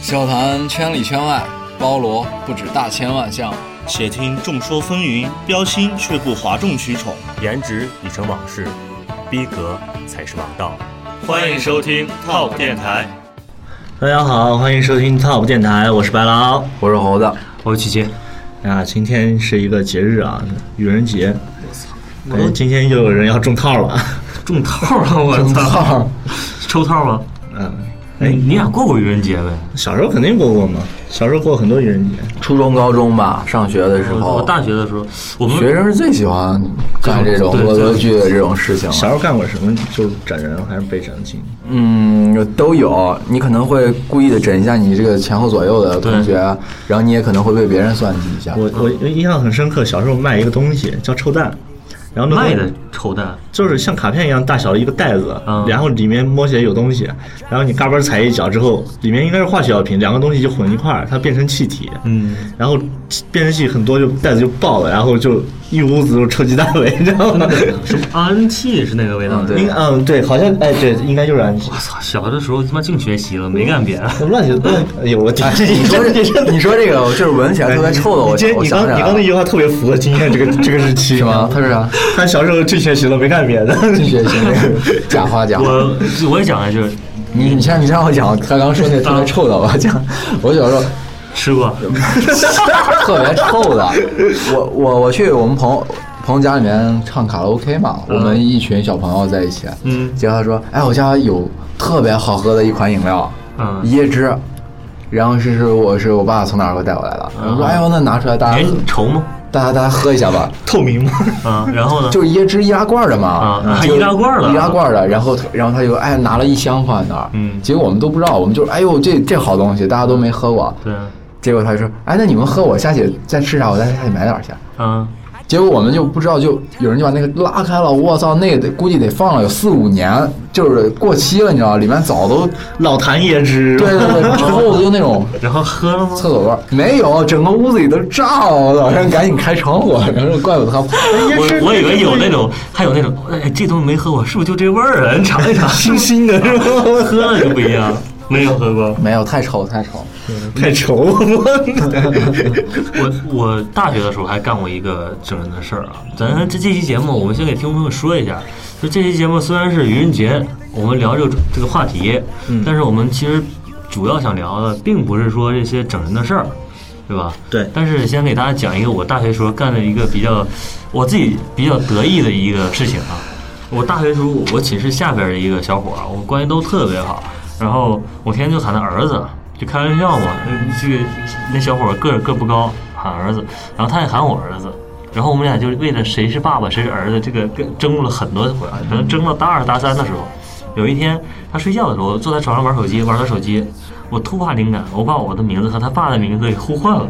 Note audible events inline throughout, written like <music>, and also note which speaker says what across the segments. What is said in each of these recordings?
Speaker 1: 笑谈圈里圈外，包罗不止大千万项。
Speaker 2: 且听众说纷纭，标新却不哗众取宠。
Speaker 3: 颜值已成往事，逼格才是王道。
Speaker 2: 欢迎收听 TOP 电台。
Speaker 3: 大家好，欢迎收听 TOP 电台，我是白狼，
Speaker 1: 我是猴子，
Speaker 3: 我是琪琪。啊，今天是一个节日啊，愚人节。我操！今天又有人要中套了。 <laughs>
Speaker 4: 中套了，我操！
Speaker 1: 套
Speaker 4: <laughs> 抽套了。
Speaker 3: 嗯，
Speaker 4: 哎，你俩过过愚人节呗？
Speaker 3: 小时候肯定过过嘛，小时候过很多愚人节。
Speaker 1: 初中、高中吧，上学的时
Speaker 4: 我
Speaker 1: 候，
Speaker 4: 大学的时候，我们
Speaker 1: 学生是最喜欢干这种
Speaker 4: 对
Speaker 1: 恶作剧的这种事情了。
Speaker 3: 小时候干过什么？就整人还是被整亲？
Speaker 1: 嗯，都有。你可能会故意的整一下你这个前后左右的同学，然后你也可能会被别人算计一下。
Speaker 3: 我我印象很深刻，小时候卖一个东西叫臭蛋，然后那东
Speaker 4: 卖
Speaker 3: 西
Speaker 4: 的抽蛋，
Speaker 3: 就是像卡片一样大小的一个袋子，
Speaker 4: 嗯
Speaker 3: 然后里面摸起来有东西，然后你嘎嘣踩一脚之后，里面应该是化学药品，两个东西就混一块儿，它变成气体，
Speaker 4: 嗯，
Speaker 3: 然后变成气很多就袋子就爆了，然后就一屋子都是臭鸡蛋味，你知道吗？
Speaker 4: 什么 RNT 是那个味道
Speaker 1: 嗯
Speaker 4: 的。
Speaker 1: 对 <laughs>
Speaker 3: 应嗯对，好像哎对，应该就是氨基
Speaker 4: 我操，小的时候他妈净学习了，没干别的。 <laughs>
Speaker 3: 乱七乱，哎呦我天
Speaker 1: 哎，你说
Speaker 3: 这
Speaker 1: 这，你说这个，我就是闻起来特别臭的，我
Speaker 3: 你今天
Speaker 1: 我
Speaker 3: 你
Speaker 1: 想
Speaker 3: 刚
Speaker 1: 起
Speaker 3: 你
Speaker 1: 来
Speaker 3: 刚那
Speaker 1: 了，
Speaker 3: 句话特别符合今天这个这个日期，
Speaker 1: 是吗？他是啥？
Speaker 3: 他小时候净学习了，没干别的。
Speaker 1: 进学习那个假话假话。
Speaker 4: 我我也讲一下，就是
Speaker 1: 你你先你先让我讲，他刚说那特别臭的，我讲，我小时候
Speaker 4: 吃过，
Speaker 1: 特别臭
Speaker 4: <laughs>
Speaker 1: 的，我我我去我们朋友朋友家里面唱卡拉 OK 嘛，我们一群小朋友在一起，
Speaker 4: 嗯
Speaker 1: 结果他说，哎，我家有特别好喝的一款饮料，
Speaker 4: 嗯
Speaker 1: 椰汁。然后是是我是我爸从哪儿给我带过来的，我说哎呦那拿出来大家
Speaker 4: 嗯哎，你稠吗？
Speaker 1: 大家大家喝一下吧，
Speaker 3: 透明吗？
Speaker 4: 啊，然后呢？
Speaker 1: 就是椰汁易拉罐的嘛，
Speaker 4: 啊还
Speaker 1: 就
Speaker 4: 易拉罐的
Speaker 1: 易拉罐的。然后然后他就哎拿了一箱放在那儿，
Speaker 4: 嗯
Speaker 1: 结果我们都不知道，我们就哎呦这这好东西大家都没喝过，
Speaker 4: 对啊，
Speaker 1: 结果他就说哎那你们喝我下去再吃啥，我再下去买点儿去。
Speaker 4: 啊，
Speaker 1: 结果我们就不知道，就有人就把那个拉开了，我操，那得估计得放了有四五年，就是过期了，你知道吗？里面早都
Speaker 3: 老坛椰汁，
Speaker 1: <laughs> 对对 <laughs> 对，臭的就那种
Speaker 4: 然后喝了吗？
Speaker 1: 厕所味儿，没有，整个屋子里都炸了，我操！然后赶紧开窗户，然后怪不得他哎
Speaker 4: 我我以为有那种，还有那种，哎，这东西没喝过，是不是就这味儿啊？你尝一尝，
Speaker 3: 是新的是吧？
Speaker 4: <laughs> 喝了就不一样。没有喝过，
Speaker 1: 没有，太臭太臭，
Speaker 3: 太稠了，
Speaker 4: 我我大学的时候还干过一个整人的事儿啊。咱这这期节目，我们先给听众朋友们说一下，就这期节目虽然是愚人节，我们聊这个这个话题，但是我们其实主要想聊的并不是说这些整人的事儿，对吧？
Speaker 3: 对
Speaker 4: 但是先给大家讲一个我大学时候干的一个比较我自己比较得意的一个事情啊。我大学时候，我寝室下边的一个小伙儿，我们关系都特别好。然后我天天就喊他儿子，就开玩笑嘛。呃这个那小伙儿个儿个不高，喊儿子，然后他也喊我儿子。然后我们俩就为了谁是爸爸谁是儿子这个跟争论了很多回啊，可能争到大二大三的时候，有一天他睡觉的时候，我坐在床上玩手机，玩他手机，我突发灵感，我把我的名字和他爸的名字给互换了，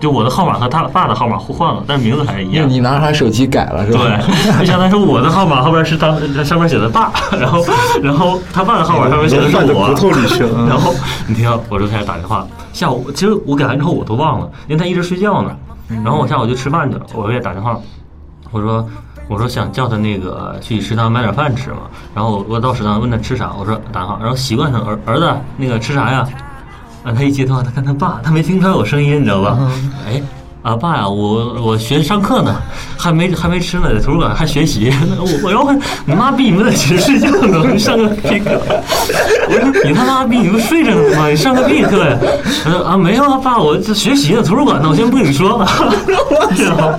Speaker 4: 就我的号码和他爸的号码互换了，但是名字还是一
Speaker 1: 因为
Speaker 4: 样。
Speaker 1: 你拿着他手机改了是吧？
Speaker 3: <laughs>
Speaker 4: 对，就相当于说我的号码后边是他上面写的爸，然后然后他爸的号码上面写的是
Speaker 3: 饭的
Speaker 4: 我
Speaker 3: 骨，头里去
Speaker 4: 然
Speaker 3: 了。
Speaker 4: 后你听，我就开始打电话。下午其实我给完之后我都忘了，因为他一直睡觉呢。
Speaker 3: 嗯
Speaker 4: 然后我下午就吃饭去了，我给他打电话，我说我说想叫他那个去食堂买点饭吃嘛。然后我到食堂问他吃啥，我说打电话，然后习惯上儿儿子那个吃啥呀？啊，他一接电话，他看他爸，他没听出来我声音，你知道吧？哎。啊，爸呀，我我学上课呢，还没还没吃呢，在图书馆还学习。我我要问你妈逼，你们在寝室睡觉呢，你上个屁课！我说你他妈逼，你不睡着呢吗？你上个屁课呀？他说啊，没有啊，爸，我这学习呢，图书馆呢，我先不跟你说了。 <laughs> 然后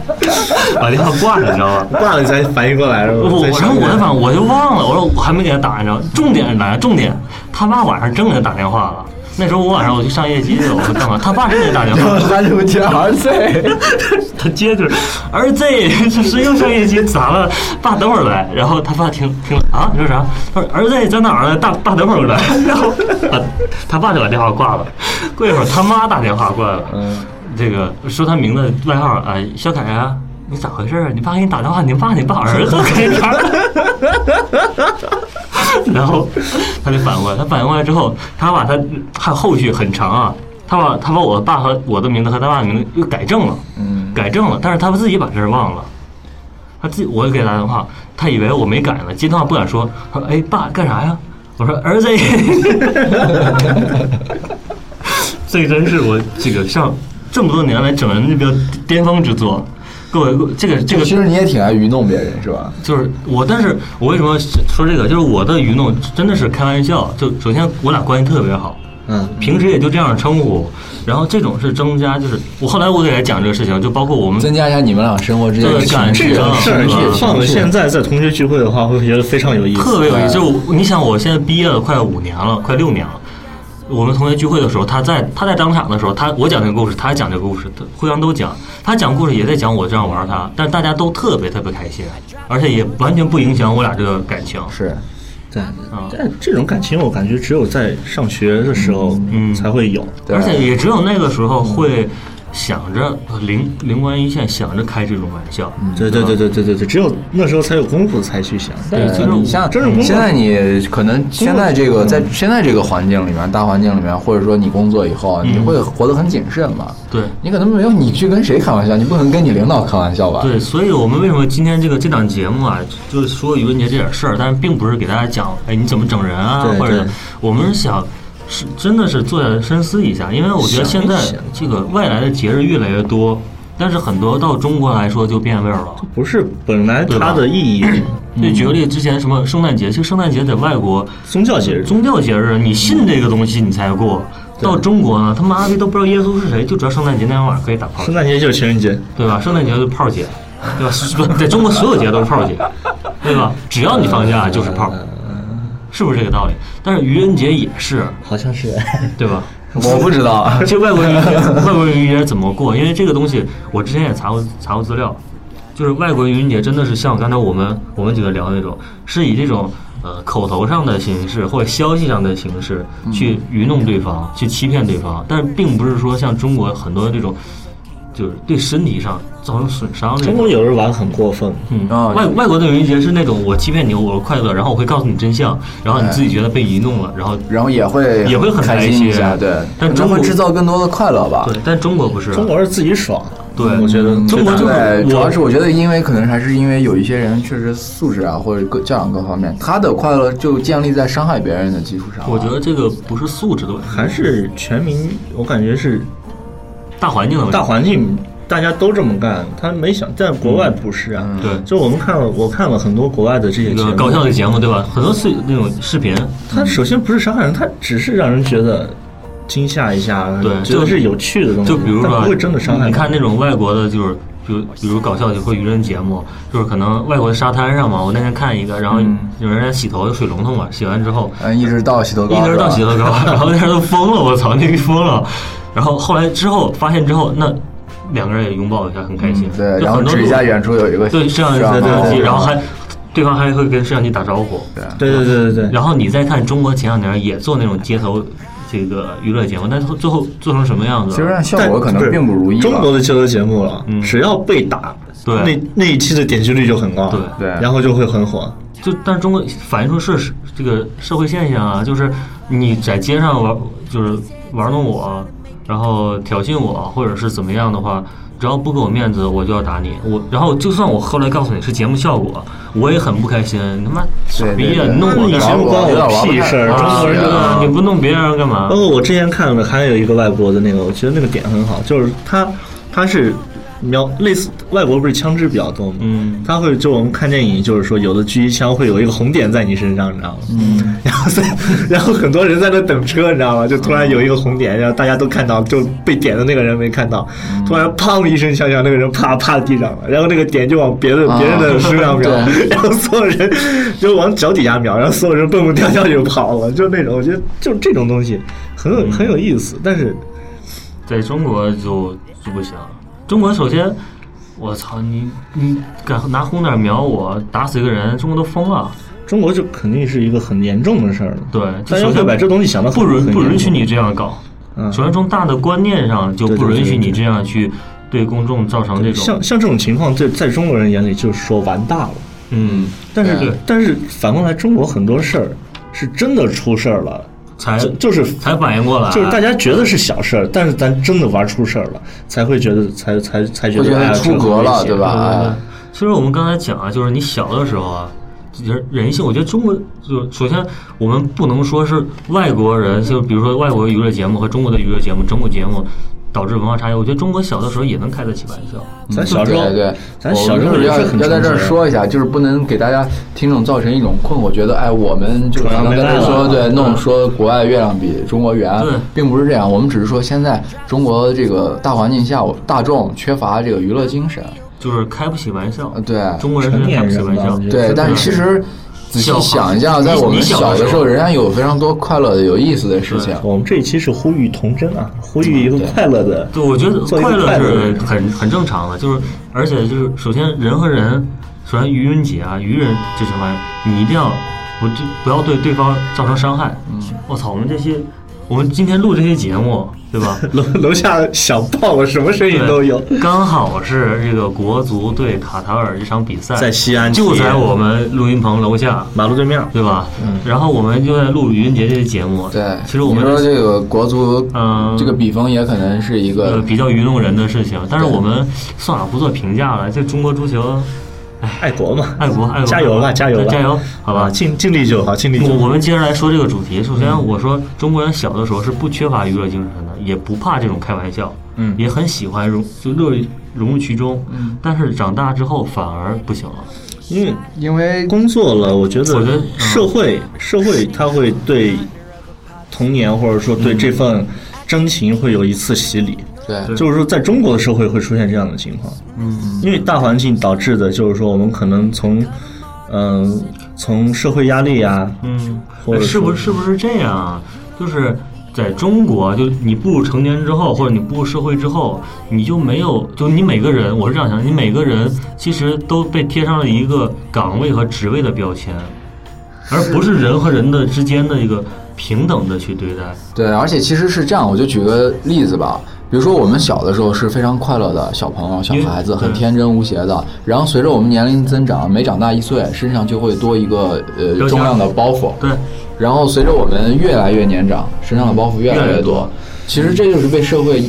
Speaker 4: 把电话挂了，你知道吗？
Speaker 3: 挂了才反应过来，
Speaker 4: 我我
Speaker 3: 再
Speaker 4: 然
Speaker 3: 想
Speaker 4: 后
Speaker 3: 起
Speaker 4: 我
Speaker 3: 来
Speaker 4: 的反正我就忘了，我说我还没给他打，你知道吗？重点是哪？重点，他妈晚上真给他打电话了。那时候我晚上我去上夜机去了，我说干嘛？他爸真给他打电话了，
Speaker 1: <laughs> 他就接儿子，
Speaker 4: <laughs> 他接 <laughs> 着儿子，谁又上夜机咋了？爸，等会儿来。然后他爸听听了啊，你说啥？他说儿子在哪儿呢？大爸，等会儿来。 <laughs> 然后把他爸就把电话挂了。过一会儿他妈打电话过来了，这个说他名字外号啊、小凯啊。你咋回事啊？你爸给你打电话，你爸你爸儿子 <laughs> 给你打 <laughs> 然后他就反过来，他反应过来之后，他把他还有后续很长啊，他把他把我爸和我的名字和他爸的名字又改正了，
Speaker 1: 嗯，
Speaker 4: 改正了，但是他自己把这事忘了。他自己，我给他打电话，他以为我没改呢，接电话不敢说，他说：“哎， <laughs> 爸，干啥呀？”我说：“儿子。”这个真是我这个上这么多年来整人这个巅峰之作。各位，这个这
Speaker 1: 这
Speaker 4: 个
Speaker 1: 个其实你也挺爱愚弄别人是吧？
Speaker 4: 就是我，但是我为什么说这个？就是我的愚弄真的是开玩笑。就首先我俩关系特别好，
Speaker 3: 嗯，
Speaker 4: 平时也就这样称呼。然后这种是增加，就是我后来我给他讲这个事情，就包括我们
Speaker 1: 增加一下你们俩生活之间的
Speaker 4: 对感
Speaker 1: 情趣
Speaker 4: 情
Speaker 3: 这种
Speaker 4: 啊
Speaker 3: 事儿
Speaker 4: 是吧
Speaker 3: 放到现在在同学聚会的话，会觉得非常有意思。
Speaker 4: 特别有意思。就是我你想，我现在毕业了快五年了，快六年了。我们同学聚会的时候，他在他在当场的时候，他我讲这个故事，他讲这个故事，他互相都讲。他讲故事也在讲我这样玩他，但大家都特别特别开心，而且也完全不影响我俩这个感情。
Speaker 1: 是
Speaker 3: 对
Speaker 4: 啊，
Speaker 3: 但这种感情我感觉只有在上学的时候
Speaker 4: 嗯
Speaker 3: 才会有。
Speaker 1: 对
Speaker 4: 而且也只有那个时候会想着灵灵光一现，想着开这种玩笑。
Speaker 3: 对对对对对对对，只有那时候才有功夫才去想。
Speaker 4: 对
Speaker 3: 但
Speaker 4: 就是
Speaker 1: 你像
Speaker 3: 真是工作
Speaker 1: 现在你可能现在这个在
Speaker 4: 嗯
Speaker 1: 现在这个环境里面，大环境里面，或者说你工作以后，啊你
Speaker 4: 嗯
Speaker 1: 会活得很谨慎嘛？
Speaker 4: 对
Speaker 1: 你可能没有你去跟谁开玩笑，你不可能跟你领导开玩笑吧？
Speaker 4: 对，所以我们为什么今天这个这档节目啊，就是说愚人节这点事儿，但是并不是给大家讲，哎，你怎么整人啊，
Speaker 3: 对
Speaker 4: 或者
Speaker 3: 对
Speaker 4: 我们是想。是，真的是坐下来深思一下，因为我觉得
Speaker 3: 想
Speaker 4: 现
Speaker 3: 一
Speaker 4: 在
Speaker 3: 想
Speaker 4: 这个外来的节日越来越多，但是很多到中国来说就变味儿了。
Speaker 3: 不是本来
Speaker 4: 对吧嗯
Speaker 3: 它的意义，
Speaker 4: 就举个例，之前什么圣诞节，其实圣诞节在外国
Speaker 3: 宗教节日
Speaker 4: 宗教节日，你信这个东西你才过。到中国呢，他妈逼都不知道耶稣是谁，就知道圣诞节那天晚上可以打炮
Speaker 3: 圣，诞节就是情人节，
Speaker 4: 对吧？圣诞节就是炮节，对吧 <laughs> 是不？在中国所有节都是炮节，对吧？只要你放假就是炮，是不是这个道理？但是愚人节也是，
Speaker 3: 好像是。
Speaker 4: 对吧？
Speaker 1: 我不知
Speaker 4: <laughs>
Speaker 1: 道，
Speaker 4: 这啊外国人愚人外国人愚人节怎么过？因为这个东西，我之前也查过查过资料，就是外国人愚人节真的是像刚才我们我们几个聊的那种，是以这种呃口头上的形式或者消息上的形式
Speaker 3: 嗯
Speaker 4: 去愚弄对方，去欺骗对方，但是并不是说像中国很多这种。就是对身体上造成损伤这
Speaker 3: 中
Speaker 4: 种
Speaker 3: 国，有时候玩很过分，
Speaker 4: 嗯
Speaker 1: 啊，
Speaker 4: 外外国的愚人节是那种我欺骗你，我快乐，然后我会告诉你真相，然后你自己觉得被愚弄了，然后
Speaker 1: 然后也会
Speaker 4: 也会很
Speaker 1: 开
Speaker 4: 开心
Speaker 1: 一下，对，
Speaker 4: 但
Speaker 1: 可
Speaker 4: 中
Speaker 1: 能会
Speaker 4: 国
Speaker 1: 制造更多的快乐吧。
Speaker 4: 对，但中国不是，
Speaker 3: 哎
Speaker 4: 啊
Speaker 3: 中国是自己爽。
Speaker 4: 对
Speaker 3: 我觉得
Speaker 1: 嗯
Speaker 4: 中国就是
Speaker 1: 对
Speaker 4: 我
Speaker 1: 主要是我觉得，因为可能还是因为有一些人确实素质啊，或者各教养各方面，他的快乐就建立在伤害别人的基础上啊。
Speaker 4: 我觉得这个不是素质的问题，
Speaker 3: 还是全民，我感觉是
Speaker 4: 大环境的问题。
Speaker 3: 大环境，大家都这么干。他没想，在国外不是啊。
Speaker 4: 对
Speaker 3: 就我们看了，我看了很多国外的这些
Speaker 4: 一
Speaker 3: 节目
Speaker 4: 嗯个搞笑的节目，对吧？很多是那种视频，
Speaker 3: 他首先不是伤害人，他只是让人觉得惊吓一下，
Speaker 4: 对
Speaker 3: 觉得
Speaker 4: 就是
Speaker 3: 有趣的东西，
Speaker 4: 就比如
Speaker 3: 但
Speaker 4: 说
Speaker 3: 不会真的伤害。
Speaker 4: 你看那，种外国的，就是比如比如搞笑的或愚人节目，就是可能外国的沙滩上嘛，我那天看一个，然后有人在洗头，有水龙头嘛，洗完之后
Speaker 1: 嗯，一直到洗头膏，
Speaker 4: 一直
Speaker 1: 是吧
Speaker 4: 到洗头膏，然后那人都疯了，我操，那个疯了。然后后来之后发现之后，那两个人也拥抱一下，很开心。
Speaker 1: 嗯对，
Speaker 4: 就
Speaker 1: 然后
Speaker 4: 很多
Speaker 1: 指一
Speaker 4: 种
Speaker 1: 下远处有一个
Speaker 4: 对摄像机，
Speaker 1: 摄
Speaker 4: 对
Speaker 1: 像
Speaker 4: 对
Speaker 1: 机
Speaker 4: 对然后还对方还会跟摄像机打招呼。
Speaker 3: 对对对对对，
Speaker 4: 然后你再看中国前两年也做那种街头这个娱乐节目，但是最后做成什么样子？
Speaker 1: 其实让效
Speaker 3: 但
Speaker 1: 果可能并不如意吧。
Speaker 3: 中国的街头节目了，只要被打，
Speaker 4: 嗯对
Speaker 3: 那那一期的点击率就很高，
Speaker 4: 对
Speaker 1: 对
Speaker 3: 然后就会很火。
Speaker 4: 就但是中国反映出是这个社会现象啊，就是你在街上玩，就是玩弄我，然后挑衅我，或者是怎么样的话，只要不给我面子，我就要打你。我然后就算我后来告诉你是节目效果，我也很不开心。你他妈傻
Speaker 1: 对
Speaker 4: 逼啊！
Speaker 1: 对
Speaker 4: 你弄
Speaker 3: 那
Speaker 4: 我
Speaker 3: 你
Speaker 4: 干
Speaker 3: 节
Speaker 4: 啥
Speaker 3: 目关
Speaker 1: 有点
Speaker 3: 我
Speaker 1: 玩不
Speaker 3: 屁
Speaker 1: 太
Speaker 3: 事儿？
Speaker 1: 啊
Speaker 3: 中国人
Speaker 1: 是
Speaker 3: 就
Speaker 1: 啊
Speaker 4: 啊？你不弄别人干嘛
Speaker 3: 包？括我之前看了还有一个外国的那个，我觉得那个点很好，就是他他是描类似外国不是枪支比较多嘛，
Speaker 4: 嗯
Speaker 3: 他会就我们看电影，就是说有的狙击枪会有一个红点在你身上，你知道吗？嗯，然后在 <laughs> 然后很多人在那等车，你知道吗？就突然有一个红点，然后大家都看到，就被点的那个人没看到，
Speaker 4: 嗯
Speaker 3: 突然砰一声枪响，那个人啪趴地上了，然后那个点就往别的、
Speaker 1: 啊
Speaker 3: 别人的身
Speaker 4: <laughs>
Speaker 3: 上瞄，
Speaker 1: 对
Speaker 3: 然后所有人就往脚底下瞄，然后所有人蹦蹦跳跳就跑了，就那种，我觉得就这种东西很
Speaker 4: 嗯
Speaker 3: 有、很有意思，但是
Speaker 4: 在中国就就不行。中国首先，我操你你敢拿红点瞄我，打死一个人，中国都疯了。
Speaker 3: 中国就肯定是一个很严重的事儿了。
Speaker 4: 对，
Speaker 3: 大
Speaker 4: 就
Speaker 3: 家
Speaker 4: 首
Speaker 3: 会
Speaker 4: 先
Speaker 3: 把这东西想到
Speaker 4: 不允不允许你这样搞。
Speaker 3: 嗯
Speaker 4: 首先从大的观念上就
Speaker 3: 对对
Speaker 4: 不
Speaker 3: 对
Speaker 4: 允许
Speaker 3: 对
Speaker 4: 你这样去对公众造成这种
Speaker 3: 像像这种情况，在在中国人眼里就是说完大了。
Speaker 4: 嗯，
Speaker 3: 但是
Speaker 4: 对
Speaker 3: 但是反过来，中国很多事儿是真的出事儿了，
Speaker 4: 才
Speaker 3: 就就是
Speaker 4: 才反应过来，
Speaker 3: 就是大家觉得是小事儿，但是咱真的玩出事儿了，才会觉得才才才觉
Speaker 1: 会觉
Speaker 3: 得
Speaker 1: 得
Speaker 3: 哎呀
Speaker 1: 出
Speaker 3: 这个
Speaker 1: 格
Speaker 3: 危
Speaker 1: 了
Speaker 3: 险
Speaker 1: 对吧
Speaker 4: 对对对其实我们刚才讲啊，就是你小的时候啊，人人性，我觉得中国就首先我们不能说是外国人，就比如说外国娱乐节目和中国的娱乐节目、整蛊节目导致文化差异。我觉得中国小的时候也能开得起玩笑，
Speaker 3: 咱小时候，
Speaker 1: 嗯对对，
Speaker 3: 咱小时候
Speaker 1: 我
Speaker 3: 也
Speaker 1: 要
Speaker 3: 是很
Speaker 1: 要在这儿
Speaker 3: 诚实
Speaker 1: 说一下，就是不能给大家听众造成一种困惑，觉得哎，我们就
Speaker 3: 崇
Speaker 1: 可
Speaker 3: 洋
Speaker 1: 能
Speaker 3: 媚
Speaker 1: 在
Speaker 3: 外
Speaker 1: 这
Speaker 3: 了
Speaker 1: 说对
Speaker 4: 嗯
Speaker 1: 弄说国外月亮比中国圆
Speaker 4: 对，
Speaker 1: 并不是这样，我们只是说现在中国这个大环境下，我大众缺乏这个娱乐精神，
Speaker 4: 就是开不起玩笑
Speaker 1: 呃。对
Speaker 4: 中国人真是开不起玩笑
Speaker 3: 成年人吧我觉。得
Speaker 1: 对，
Speaker 3: 真的
Speaker 1: 但是其实。仔细
Speaker 4: 笑话
Speaker 1: 想一下，在
Speaker 4: 你
Speaker 1: 我们
Speaker 4: 你小的
Speaker 1: 小的
Speaker 4: 时
Speaker 1: 时候，
Speaker 4: 候
Speaker 1: 仍然有非常多快乐的、有意思的事情。
Speaker 3: 我们这一期是呼吁童真啊，呼吁一个
Speaker 1: 对
Speaker 3: 快乐的，
Speaker 4: 对，我觉得
Speaker 3: 做一个
Speaker 4: 快乐
Speaker 3: 快乐的
Speaker 4: 是
Speaker 3: 人
Speaker 4: 很很正常的，就是而且就是首先人和人，首先愚人节啊，愚人这什么玩意儿，你一定要不对不要对对方造成伤害。嗯，我操，我们这些我们今天录这些节目，对吧？
Speaker 3: 楼楼下想爆了，什么声 <laughs> 音都有。
Speaker 4: 对刚好是这个国足对卡塔尔这场比赛，
Speaker 3: 在西安
Speaker 4: 就
Speaker 3: 踢
Speaker 4: 在我们录音棚楼下，
Speaker 3: 马路对面，
Speaker 4: 对吧？嗯，然后我们就在录愚人节这些节目。
Speaker 1: 对，
Speaker 4: 其实我
Speaker 1: 你
Speaker 4: 们
Speaker 1: 说这个国足，
Speaker 4: 嗯
Speaker 1: 这个笔锋也可能是一
Speaker 4: 呃
Speaker 1: 个
Speaker 3: 嗯
Speaker 4: 比较愚弄人的事情，但是
Speaker 1: 对
Speaker 4: 我们算了，不做评价了。这中国足球，
Speaker 3: 爱国嘛，
Speaker 4: 爱国爱国，
Speaker 3: 加油吧，
Speaker 4: 爱国
Speaker 3: 加油吧，
Speaker 4: 对加油，好吧
Speaker 3: 啊。嗯尽尽力就好，尽力就
Speaker 4: 我我
Speaker 3: 好。
Speaker 4: 们接着来说这个主题。首先，我说中国人小的时候是不缺乏娱乐精神的，也不怕这种开玩笑，
Speaker 3: 嗯
Speaker 4: 也很喜欢融就乐于融入其中。但是长大之后反而不行了。
Speaker 3: 因为
Speaker 1: 因为
Speaker 3: 工作了，我觉
Speaker 4: 我觉得
Speaker 3: 得
Speaker 4: 嗯
Speaker 3: 社会社会它会对童年或者说对这
Speaker 4: 嗯
Speaker 3: 份真情会有一次洗礼。
Speaker 1: 对
Speaker 4: 对
Speaker 3: 就是说，在中国的社会会出现这样的情况，嗯，因为大环境导致的，就是说我们可能从，嗯、从社会压力啊，
Speaker 4: 嗯
Speaker 3: 或，者
Speaker 4: 是不
Speaker 3: 说
Speaker 4: 是是不是这样啊？就是在中国，就你步入成年之后，或者你步入社会之后，你就没有，就你每个人，我是这样想，你每个人其实都被贴上了一个岗位和职位的标签，而不是人和人的之间的一个平等的去对待。
Speaker 1: 对，而且其实是这样，我就举个例子吧。比如说，我们小的时候是非常快乐的小朋友、小孩子，
Speaker 4: 因为
Speaker 1: 很天真无邪的。然后随着我们年龄增长，每长大一岁，身上就会多一个呃
Speaker 4: 标签
Speaker 1: 重量的包袱。
Speaker 4: 对，
Speaker 1: 然后随着我们越来越年长，身上的包袱越来
Speaker 4: 越来
Speaker 1: 越
Speaker 4: 越
Speaker 1: 多
Speaker 4: 多。
Speaker 1: 其实这就是被社会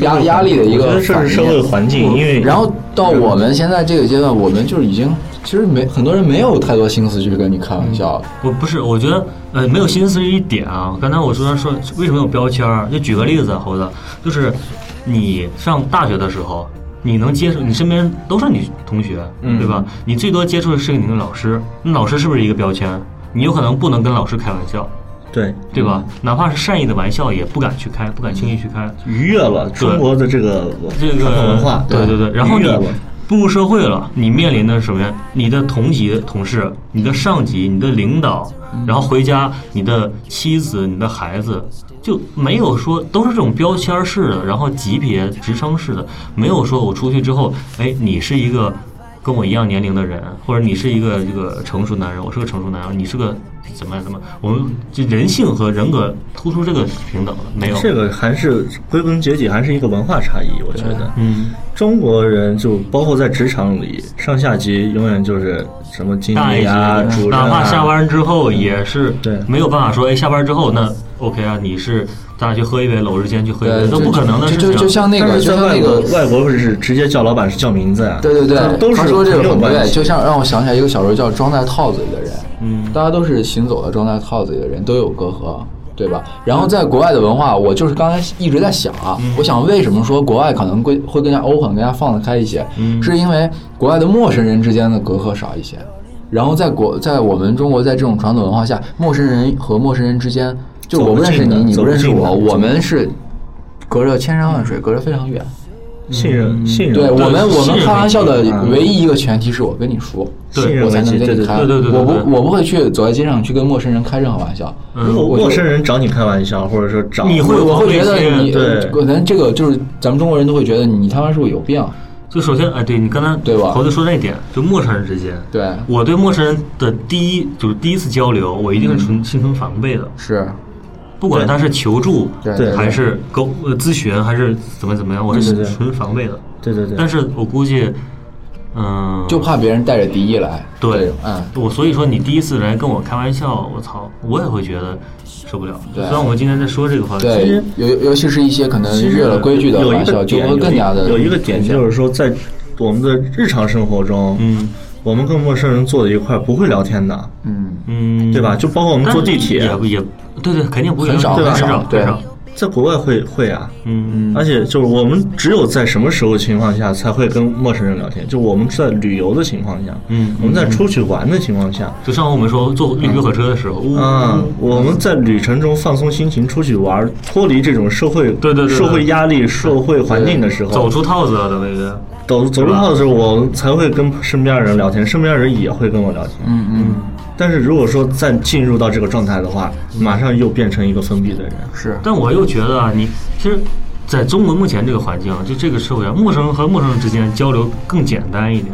Speaker 1: 压压力的一
Speaker 3: 我觉
Speaker 1: 个
Speaker 3: 得这
Speaker 1: 反
Speaker 3: 是
Speaker 1: 应。
Speaker 3: 社会环境，因为
Speaker 1: 然后到我们现在这个阶段，我们就是已经其实没很多人没有太多心思去跟你开玩笑
Speaker 3: 嗯
Speaker 1: 了。
Speaker 4: 我不是，我觉得呃没有心思是一点啊。刚才我说说为什么有标签儿，就举个例子啊，猴子，就是你上大学的时候，你能接触你身边都是你同学，对吧？你最多接触的是你的老师，那老师是不是一个标签？你有可能不能跟老师开玩笑，
Speaker 3: 对
Speaker 4: 对吧？哪怕是善意的玩笑，也不敢去开，不敢轻易去开。
Speaker 3: 愉悦了中国的这个
Speaker 4: 这个
Speaker 3: 传统文化，
Speaker 4: 对对对。然后
Speaker 3: 愉
Speaker 4: 你
Speaker 3: 悦了
Speaker 4: 步入社会了，你面临的是什么呀？你的同级同事、你的上级、你的领导，
Speaker 3: 嗯
Speaker 4: 然后回家，你的妻子、你的孩子，就没有说都是这种标签式的，然后级别、职称式的，没有说我出去之后，哎，你是一个。跟我一样年龄的人，或者你是一个这个成熟男人，我是个成熟男人，你是个怎么样怎么样，我们这人性和人格突出这个平等了没有？
Speaker 3: 这个还是归根结底还是一个文化差异，我觉得，
Speaker 4: 嗯，
Speaker 3: 中国人就包括在职场里，上下级永远就是什么经
Speaker 4: 大一
Speaker 3: 理
Speaker 4: 些
Speaker 3: 啊、主任
Speaker 4: 哪怕
Speaker 3: 啊，
Speaker 4: 下班之后也是
Speaker 3: 对
Speaker 4: 没有办法说，哎，下班之后那 OK 啊，你是咱俩去喝一杯，搂着肩去喝一
Speaker 1: 对，
Speaker 4: 杯，
Speaker 1: 呃就
Speaker 4: 都不可能的事
Speaker 1: 就就就
Speaker 4: 情。啊
Speaker 1: 像那个，
Speaker 3: 啊但是
Speaker 1: 就
Speaker 3: 在
Speaker 1: 像
Speaker 3: 外
Speaker 1: 那
Speaker 3: 国
Speaker 1: 个，
Speaker 3: 外国不是直接叫老板是叫名字啊？
Speaker 1: 对对对，
Speaker 3: 都是
Speaker 1: 他说这
Speaker 3: 朋
Speaker 1: 个
Speaker 3: 友
Speaker 1: 很
Speaker 3: 关
Speaker 1: 对，
Speaker 3: 系
Speaker 1: 就像让我想起来一个小时候叫装在套子里的人，
Speaker 4: 嗯，
Speaker 1: 大家都是行走的装在套子里的人，都有隔阂，对吧？然后在国外的文化，我就是刚才一直在想啊，
Speaker 3: 嗯
Speaker 1: 我想为什么说国外可能会会更加 open、更加放得开一些，
Speaker 3: 嗯
Speaker 1: 是因为国外的陌生人之间的隔阂少一些，然后在国在我们中国在这种传统文化下，陌生人和陌生人之间，就我不认识
Speaker 3: 走不近
Speaker 1: 你，
Speaker 3: 的
Speaker 1: 你
Speaker 3: 走
Speaker 1: 不
Speaker 3: 不
Speaker 1: 认识
Speaker 3: 近的
Speaker 1: 我，我们是隔着千山万水，隔着非常远。
Speaker 3: 信
Speaker 4: 嗯
Speaker 3: 任信任，
Speaker 1: 对我们，我
Speaker 4: 信
Speaker 1: 们
Speaker 4: 任
Speaker 1: 开玩笑的
Speaker 3: 为基础
Speaker 1: 唯一一个前提是我跟你说，
Speaker 4: 啊对
Speaker 3: 信任
Speaker 1: 我才
Speaker 3: 为
Speaker 1: 能
Speaker 3: 基，对
Speaker 1: 跟你
Speaker 3: 对
Speaker 1: 开。
Speaker 4: 对对对对
Speaker 1: 我
Speaker 4: 对嗯
Speaker 1: 不，我不会去走在街上去跟陌生人开任何玩笑。
Speaker 3: 如果
Speaker 1: 我
Speaker 3: 陌生人找你开玩笑，或者说找
Speaker 4: 你会
Speaker 1: 我
Speaker 4: 有
Speaker 1: 我会
Speaker 4: 防备
Speaker 1: 觉得
Speaker 4: 心
Speaker 1: 你
Speaker 3: 对
Speaker 1: 可能这个就是咱们中国人都会觉得你他妈是不是有病？
Speaker 4: 就首先，哎，对你刚才
Speaker 1: 对吧
Speaker 4: 猴子说那一点，就陌生人之间，
Speaker 1: 对
Speaker 4: 我对陌生人的第一就是第一次交流，我一定
Speaker 1: 嗯
Speaker 4: 是存心存防备的，
Speaker 1: 是，
Speaker 4: 不管他是求助
Speaker 1: 对对
Speaker 4: 还是沟呃咨询还是怎么怎么样，我是
Speaker 3: 对对对
Speaker 4: 纯防备的。
Speaker 3: 对对对，
Speaker 4: 但是我估计，嗯，
Speaker 1: 就怕别人带着敌意来。
Speaker 4: 对，
Speaker 1: 嗯，
Speaker 4: 我所以说你第一次来跟我开玩笑，我操，我也会觉得受不了。
Speaker 1: 对
Speaker 4: 虽然我们今天在说这个话题，
Speaker 1: 对
Speaker 3: 实，
Speaker 1: 尤尤其是一些可能
Speaker 3: 其实
Speaker 1: 越了规矩的
Speaker 3: 有一
Speaker 1: 玩
Speaker 3: 个
Speaker 1: 笑，就
Speaker 3: 点
Speaker 1: 会更加的
Speaker 3: 有一个点就是说，在我们的日常生活中，
Speaker 4: 嗯，
Speaker 3: 我们跟陌生人坐在一块儿不会聊天的，
Speaker 1: 嗯，
Speaker 4: 嗯，
Speaker 3: 对吧？就包括我们坐地铁，
Speaker 4: 也也对对，肯定不会
Speaker 1: 很少
Speaker 4: 嗯对吧？
Speaker 1: 很少
Speaker 4: 少
Speaker 1: 对
Speaker 4: 很少，
Speaker 3: 在国外会会啊，
Speaker 4: 嗯
Speaker 3: 而且就是我们只有在什么时候情况下才会跟陌生人聊天？就我们在旅游的情况下，
Speaker 4: 嗯
Speaker 3: 我们在出去玩的情况下，
Speaker 4: 就上回我们说坐绿皮火车的时候，哦呜
Speaker 3: 啊，我们在旅程中放松心情出去玩，脱离这种社会
Speaker 4: 对对对对
Speaker 3: 社会压力、社会环境的时
Speaker 4: 走
Speaker 3: 候，
Speaker 4: 出套子了啊的那个，
Speaker 3: 走走路号的时候，我才会跟身边人聊天，身边人也会跟我聊天。
Speaker 1: 嗯嗯，
Speaker 3: 但是如果说再进入到这个状态的话，马上又变成一个封闭的人。
Speaker 1: 是
Speaker 4: 但我又觉得啊，你其实在中国目前这个环境啊，就这个社会啊，陌生人和陌生人之间交流更简单一点。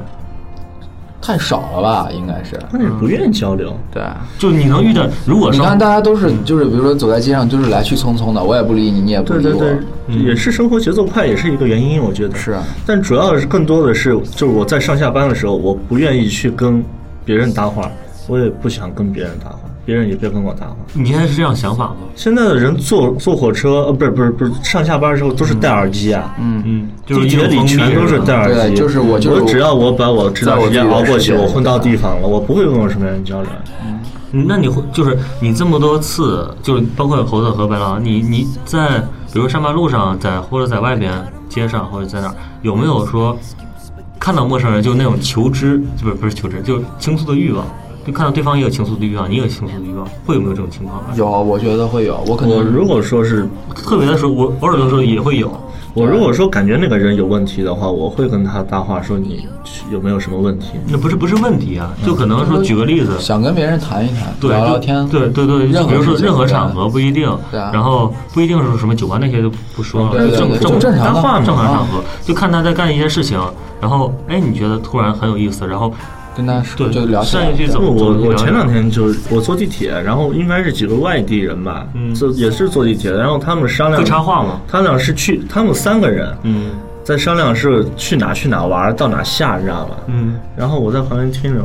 Speaker 1: 太少了吧？应该是
Speaker 3: 关键是不愿意交流，
Speaker 1: 对。
Speaker 4: 就你能遇到，如果
Speaker 1: 你
Speaker 4: 说
Speaker 1: 看，大家都是就是，比如说走在街上，就是来去匆匆的，我也不理你，你也不
Speaker 3: 对
Speaker 1: 理
Speaker 3: 对
Speaker 1: 我。
Speaker 3: 对，也是生活节奏快，也是一个原因，我觉得
Speaker 1: 是啊
Speaker 3: 但主要是更多的是，就是我在上下班的时候，我不愿意去跟别人搭话，我也不想跟别人搭话，别人也别跟我搭话。
Speaker 4: 你现在是这样想法吗？
Speaker 3: 现在的人坐坐火车，呃，不是不是不是，上下班的时候都是戴耳机啊，嗯，
Speaker 4: 嗯，就是
Speaker 3: 地
Speaker 4: 一
Speaker 3: 铁
Speaker 4: 种
Speaker 3: 里
Speaker 4: 封闭
Speaker 3: 全都是
Speaker 4: 吧
Speaker 3: 戴耳机，
Speaker 1: 对就是我就是
Speaker 3: 我只要我把我知道时间熬过去，
Speaker 1: 在我自己的世界
Speaker 3: 我混到地方了，我不会跟我身边人交流。
Speaker 4: 嗯那你会就是你这么多次，就是包括猴子和白狼，你你在比如上班路上，在或者在外边街上或者在哪儿，有没有说看到陌生人就那种求知，不是不是求知，就是倾诉的欲望，就看到对方也有倾诉的欲望，你也有倾诉的欲望，会有没有这种情况？，啊
Speaker 1: 有，啊我觉得会有，我可
Speaker 3: 我
Speaker 1: 能
Speaker 3: 如果说是
Speaker 4: 特别的时候，我偶尔的时候也会有。
Speaker 3: 我如果说感觉那个人有问题的话，我会跟他搭话，说你有没有什么问题？
Speaker 4: 那不是不是问题啊，就可能说举个例子，
Speaker 1: 想跟别人谈一谈，
Speaker 4: 对
Speaker 1: 聊
Speaker 4: 就
Speaker 1: 聊天，
Speaker 4: 对对对，
Speaker 1: 任何
Speaker 4: 比如说
Speaker 1: 事情
Speaker 4: 任何
Speaker 1: 对
Speaker 4: 场合不一定，
Speaker 1: 对啊
Speaker 4: 然后不一定是什么酒吧那些就不说了，
Speaker 1: 对对
Speaker 4: 正
Speaker 1: 对
Speaker 4: 正
Speaker 1: 就正常的
Speaker 4: 搭话
Speaker 1: 嗯
Speaker 4: 正常场合，就看他在干一些事情，然后哎你觉得突然很有意思，然后
Speaker 1: 跟他
Speaker 4: 对
Speaker 1: 说就聊起
Speaker 4: 善
Speaker 1: 来
Speaker 4: 意。去走，
Speaker 3: 我
Speaker 4: 走
Speaker 3: 我前两天就是我坐地铁，然后应该是几个外地人吧，
Speaker 4: 嗯
Speaker 3: 坐也是坐地铁，然后他们商量
Speaker 4: 会插话吗？
Speaker 3: 他俩是去，他们三个人
Speaker 4: 嗯
Speaker 3: 在商量是去哪去哪玩，到哪下，你知道吧？
Speaker 4: 嗯
Speaker 3: 然后我在旁边听着，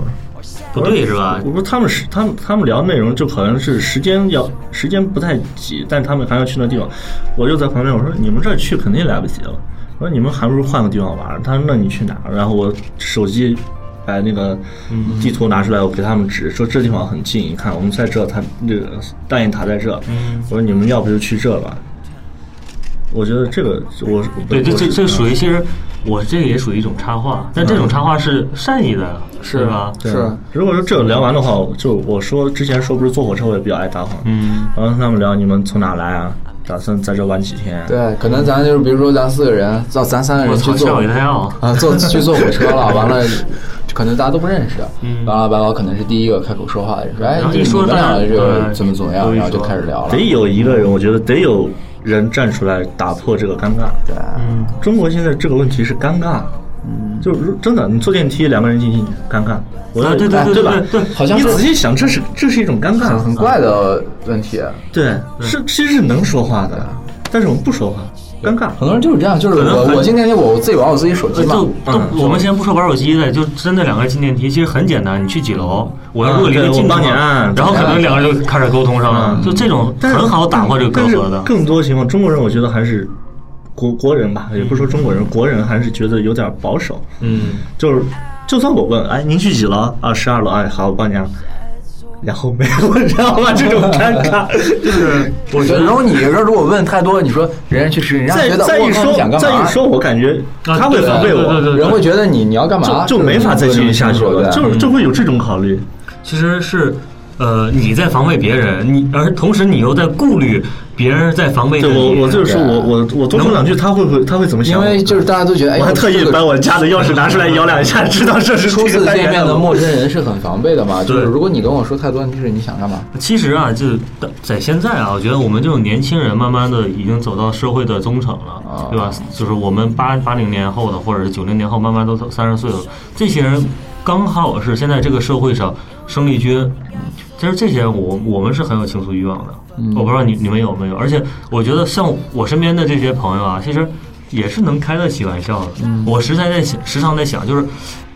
Speaker 4: 不对是吧
Speaker 3: 我？说他们是他们他们聊内容就好像是时间要时间不太挤，但他们还要去那地方，我就在旁边我说你们这儿去肯定来不及了，我说你们还不如换个地方玩儿。他说那你去哪儿？然后我手机把那个
Speaker 4: 嗯
Speaker 3: 地图拿出来，我给他们指，说这地方很近，你看我们在这，他那个大雁塔在这，
Speaker 4: 嗯
Speaker 3: 我说你们要不就去这吧。我觉得这个我
Speaker 4: 对，这这这属
Speaker 3: 于
Speaker 4: 于其实我这个也属于一种插话，但这种插话是善意的，是吧？
Speaker 1: 嗯是
Speaker 3: 如果说这个聊完的话，就我说之前说不是坐火车我也比较爱搭话，
Speaker 4: 嗯，
Speaker 3: 然后跟他们聊你们从哪来啊，打算在这玩几天？，
Speaker 1: 对，可能咱就是比如说咱四个人，到咱三个
Speaker 4: 我
Speaker 1: 人去
Speaker 4: 操，吓
Speaker 1: 坐
Speaker 4: 我一跳。
Speaker 1: 啊，坐去坐火车了，完了，可能大家都不认识，
Speaker 4: 嗯
Speaker 1: 完了白老可能是第一个开口说话的人，说哎
Speaker 4: 然后，
Speaker 1: 这
Speaker 4: 一
Speaker 1: 你
Speaker 4: 说
Speaker 1: 们
Speaker 4: 大家
Speaker 1: 俩这个
Speaker 4: 对
Speaker 1: 怎么怎么
Speaker 4: 都
Speaker 1: 样，
Speaker 4: 一
Speaker 1: 然后就
Speaker 4: 说
Speaker 1: 开始聊了
Speaker 4: 啊
Speaker 3: 得。有一个人，我觉得得有人站出来打破这个尴尬。
Speaker 1: 对，
Speaker 4: 嗯，
Speaker 3: 中国现在这个问题是尴尬，嗯，就是如真的，你坐电梯两个人进去尴尬，我
Speaker 4: 啊对对对
Speaker 3: 对吧？
Speaker 4: 对对
Speaker 1: 好像
Speaker 3: 你
Speaker 1: 是
Speaker 3: 仔细想，这是这是一种尴尬，
Speaker 1: 很怪嗯的问题。
Speaker 3: 对，是其实是能说话的，但是我们不说话，尴尬。
Speaker 1: 很多人就是这样，就是
Speaker 4: 可能很呃
Speaker 1: 我我进电梯，我我自己玩我自己手机
Speaker 4: 就
Speaker 1: 嘛，
Speaker 4: 都，我们先不说玩手机的，就真的两个人进电梯，其实很简单。你去几楼，啊我如果离得近
Speaker 3: 嗯对我
Speaker 4: 的话
Speaker 3: 帮你按
Speaker 4: 然后可能两个人就开始沟通上了，
Speaker 3: 嗯
Speaker 4: 就这种
Speaker 3: 但是
Speaker 4: 很好打破这个隔阂的
Speaker 3: 但是。更多情况，中国人我觉得还是国国人吧，也不说中国人，国人还是觉得有点保守。
Speaker 4: 嗯，
Speaker 3: 就是就算我问，哎，您去几楼？啊，十二楼。哎，好，我帮你按。然后没有， <laughs> 你知道吗？这种尴
Speaker 1: <laughs>
Speaker 3: 尬，就是
Speaker 1: 我觉得，然后你这如果问太多，你说人家去吃，人家
Speaker 3: 再
Speaker 1: 觉得
Speaker 3: 再
Speaker 1: 我
Speaker 3: 一
Speaker 1: 靠
Speaker 3: 说
Speaker 1: 你想干
Speaker 3: 再
Speaker 1: 嘛
Speaker 3: 一？说，我感觉
Speaker 4: 啊
Speaker 3: 他会
Speaker 4: 对
Speaker 3: 防备
Speaker 4: 对对
Speaker 3: 我，
Speaker 4: 对
Speaker 1: 人会觉得你你要干嘛？
Speaker 3: 就就没法再继续下去了，
Speaker 1: 对嗯
Speaker 3: 就是就会有这种考虑。
Speaker 4: 其实是。呃，你在防备别人，你而同时你又在顾虑别人在防备
Speaker 3: 对我，
Speaker 4: 你
Speaker 3: 我就是说我我我多说两句，他会不会他会怎么
Speaker 1: 因
Speaker 3: 想？
Speaker 1: 为就是大家都觉得，哎，
Speaker 3: 我还特意
Speaker 1: 这个
Speaker 3: 把我家的钥匙拿出来摇两下，知道这是
Speaker 1: 初
Speaker 3: 这
Speaker 1: 次
Speaker 3: 个单
Speaker 1: 见
Speaker 3: 元
Speaker 1: 面的
Speaker 3: 了
Speaker 1: 陌生人是很防备的嘛。就是
Speaker 4: 对
Speaker 1: 如果你跟我说太多，就是你想干嘛？
Speaker 4: 其实啊，就是在现在啊，我觉得我们这种年轻人，慢慢的已经走到社会的中层了
Speaker 1: 啊，
Speaker 4: 对吧？就是我们八八零年后的，或者是九零年后，慢慢都三十岁了，这些人刚好是现在这个社会上生力军。其实这些人我我们是很有情愫欲望的，我不知道你你们有没有？而且我觉得像我身边的这些朋友啊，其实也是能开得起玩笑的。我时常在想，时常在想，就是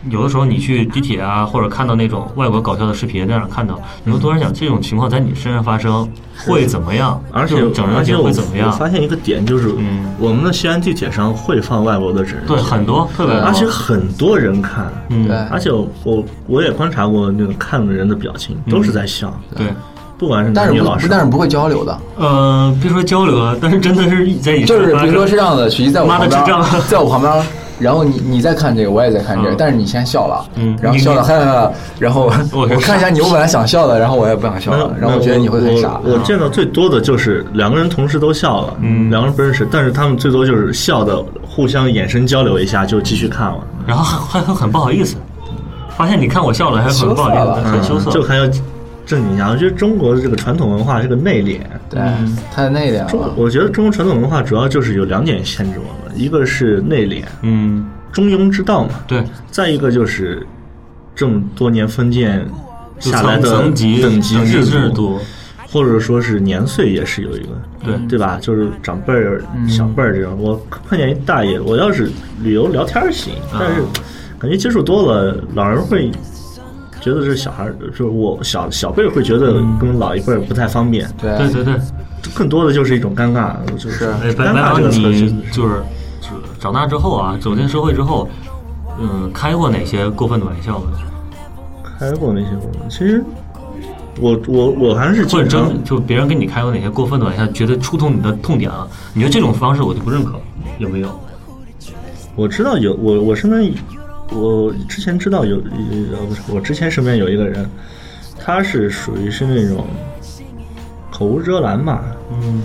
Speaker 4: 有的时候你去地铁啊，或者看到那种外国搞笑的视频，在那儿看到，你会突然想，这种情况在你身上发生会怎么样？
Speaker 3: 而且
Speaker 4: 这种整
Speaker 3: 而
Speaker 4: 人
Speaker 3: 且
Speaker 4: 节
Speaker 3: 我
Speaker 4: 会怎么
Speaker 3: 我
Speaker 4: 样？
Speaker 3: 发现一个点就是，
Speaker 4: 嗯
Speaker 3: 我们的西安地铁上会放外国的整人
Speaker 4: 对，
Speaker 3: 节目
Speaker 4: 很多特别多，
Speaker 3: 而且很多人看，
Speaker 4: 嗯，
Speaker 1: 对
Speaker 3: 而且我我我也观察过那个看的人的表情，
Speaker 4: 嗯
Speaker 3: 都是在笑，
Speaker 4: 对，
Speaker 3: 不管是
Speaker 1: 但
Speaker 3: 男
Speaker 1: 是
Speaker 3: 女
Speaker 1: 不
Speaker 3: 老，少
Speaker 1: 但。是不会交流的，
Speaker 4: 呃，别说交流了，但是真的是在
Speaker 1: <laughs>
Speaker 4: 你
Speaker 1: 就是
Speaker 4: 身上
Speaker 1: 比如说
Speaker 4: 发
Speaker 1: 是
Speaker 4: 生
Speaker 1: 这样的，许一在我
Speaker 4: 妈
Speaker 1: 旁
Speaker 4: 的
Speaker 1: 边
Speaker 4: 智障
Speaker 1: 儿， <laughs> 在我旁边儿，然后你你在看这个，我也在看这个
Speaker 4: 嗯，
Speaker 1: 但是你先笑了
Speaker 4: 嗯，
Speaker 1: 然后
Speaker 4: 你
Speaker 1: 笑了，哈哈哈，然后
Speaker 4: 我
Speaker 1: 我
Speaker 4: 是
Speaker 1: 看一下你，我本来想笑的，然后我也不想笑
Speaker 3: 没有
Speaker 1: 了，然
Speaker 3: 没
Speaker 1: 后
Speaker 3: 有
Speaker 1: 我觉得你会很傻。
Speaker 3: 嗯
Speaker 1: 啊
Speaker 3: 我我见到最多的就是两个人同时都笑了，嗯，两个人不认识，但是他们最多就是笑的，互相眼神交流一下就继续看了，
Speaker 4: 然后还还还很不好意思，发现你看我笑了，还很不好意
Speaker 1: 羞涩了
Speaker 4: 思，很羞涩。
Speaker 3: 嗯就还要正经一下。我觉得中国的这个传统文化是个内敛，
Speaker 1: 对，
Speaker 4: 嗯
Speaker 1: 太内敛
Speaker 3: 中
Speaker 1: 了。
Speaker 3: 我觉得中国传统文化主要就是有两点限制我们，一个是内敛，
Speaker 4: 嗯，
Speaker 3: 中庸之道嘛，
Speaker 4: 对，
Speaker 3: 再一个就是这么多年封建下来
Speaker 4: 就
Speaker 3: 的
Speaker 4: 层层级
Speaker 3: 等级
Speaker 4: 等级
Speaker 3: 制
Speaker 4: 制度，
Speaker 3: 或者说是年岁也是有一个，
Speaker 4: 对
Speaker 3: 对吧？就是长辈儿、小辈儿这种，我碰见一大爷，我要是旅游聊天儿行，
Speaker 4: 啊
Speaker 3: 但是感觉接触多了，老人会。觉得是小孩儿，就是我小小辈儿会觉得跟老一辈儿不太方便，
Speaker 1: 对
Speaker 4: 对对对，
Speaker 3: 更多的就是一种尴尬，就是
Speaker 4: 哎，白
Speaker 3: 尴尬
Speaker 4: 白
Speaker 3: 这
Speaker 4: 老
Speaker 3: 个词
Speaker 4: 你
Speaker 3: 真的是
Speaker 4: 就是就是长大之后啊，走进社会之后，嗯，开过哪些过分的玩笑吗？
Speaker 3: 开过那些我们，其实我我我还是
Speaker 4: 或者
Speaker 3: 经常
Speaker 4: 真就别人跟你开过哪些过分的玩笑，觉得触痛你的痛点了，你觉得这种方式我就不认可，有没有？
Speaker 3: 我知道有我我身边，我之前知道有呃不是我之前身边有一个人，他是属于是那种口无遮拦吧，
Speaker 4: 嗯，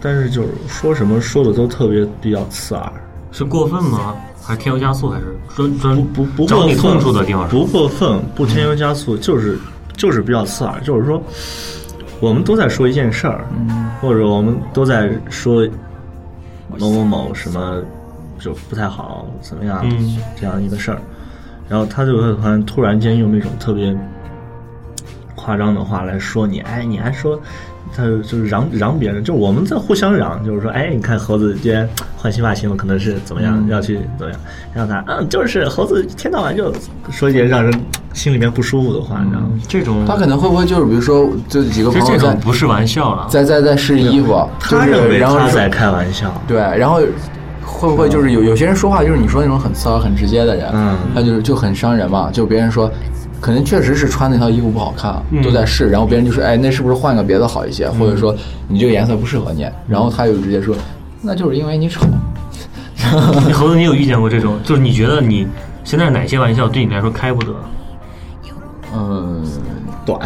Speaker 3: 但是就是说什么说的都特别比较刺耳，
Speaker 4: 是过分吗？还是添油加醋？还是专专
Speaker 3: 不不
Speaker 4: 找
Speaker 3: 过
Speaker 4: 你
Speaker 3: 分，
Speaker 4: 痛处的地方？
Speaker 3: 不过分，不添油加醋，就是就是比较刺耳，就是说我们都在说一件事儿，或者我们都在说某某某什么就不太好，怎么样、
Speaker 4: 嗯
Speaker 3: 这样一个事儿，然后他就会好像突然间用那种特别夸张的话来说你，哎，你还说。他就是嚷嚷别人，就是我们在互相嚷，就是说，哎，你看猴子今天换新发型了，可能是怎么样，要去怎么样，让他，嗯，就是猴子一天到晚就说一些让人心里面不舒服的话，你知道吗？
Speaker 4: 这种
Speaker 1: 他可能会不会就是比如说，就几个
Speaker 4: 其
Speaker 1: 朋
Speaker 4: 实这
Speaker 1: 友在
Speaker 4: 种不是玩笑了， <laughs>
Speaker 1: 在在在试衣服，就
Speaker 3: 他认
Speaker 1: 是
Speaker 3: 为
Speaker 1: 然后
Speaker 3: 他
Speaker 1: 说
Speaker 3: 在开玩笑，
Speaker 1: 对，然后会不会就是有有些人说话就是你说那种很骚扰、很直接的人，
Speaker 3: 嗯
Speaker 1: 他就是就很伤人嘛，就别人说。可能确实是穿那套衣服不好看，
Speaker 4: 嗯
Speaker 1: 都在试，然后别人就说：“哎，那是不是换个别的好一些？”或者说：“你这个颜色不适合你。”然后他就直接说：“那就是因为你丑。
Speaker 4: 你猴子，你有遇见过这种？就是你觉得你现在哪些玩笑对你来说开不得？”
Speaker 1: 嗯，
Speaker 3: 短，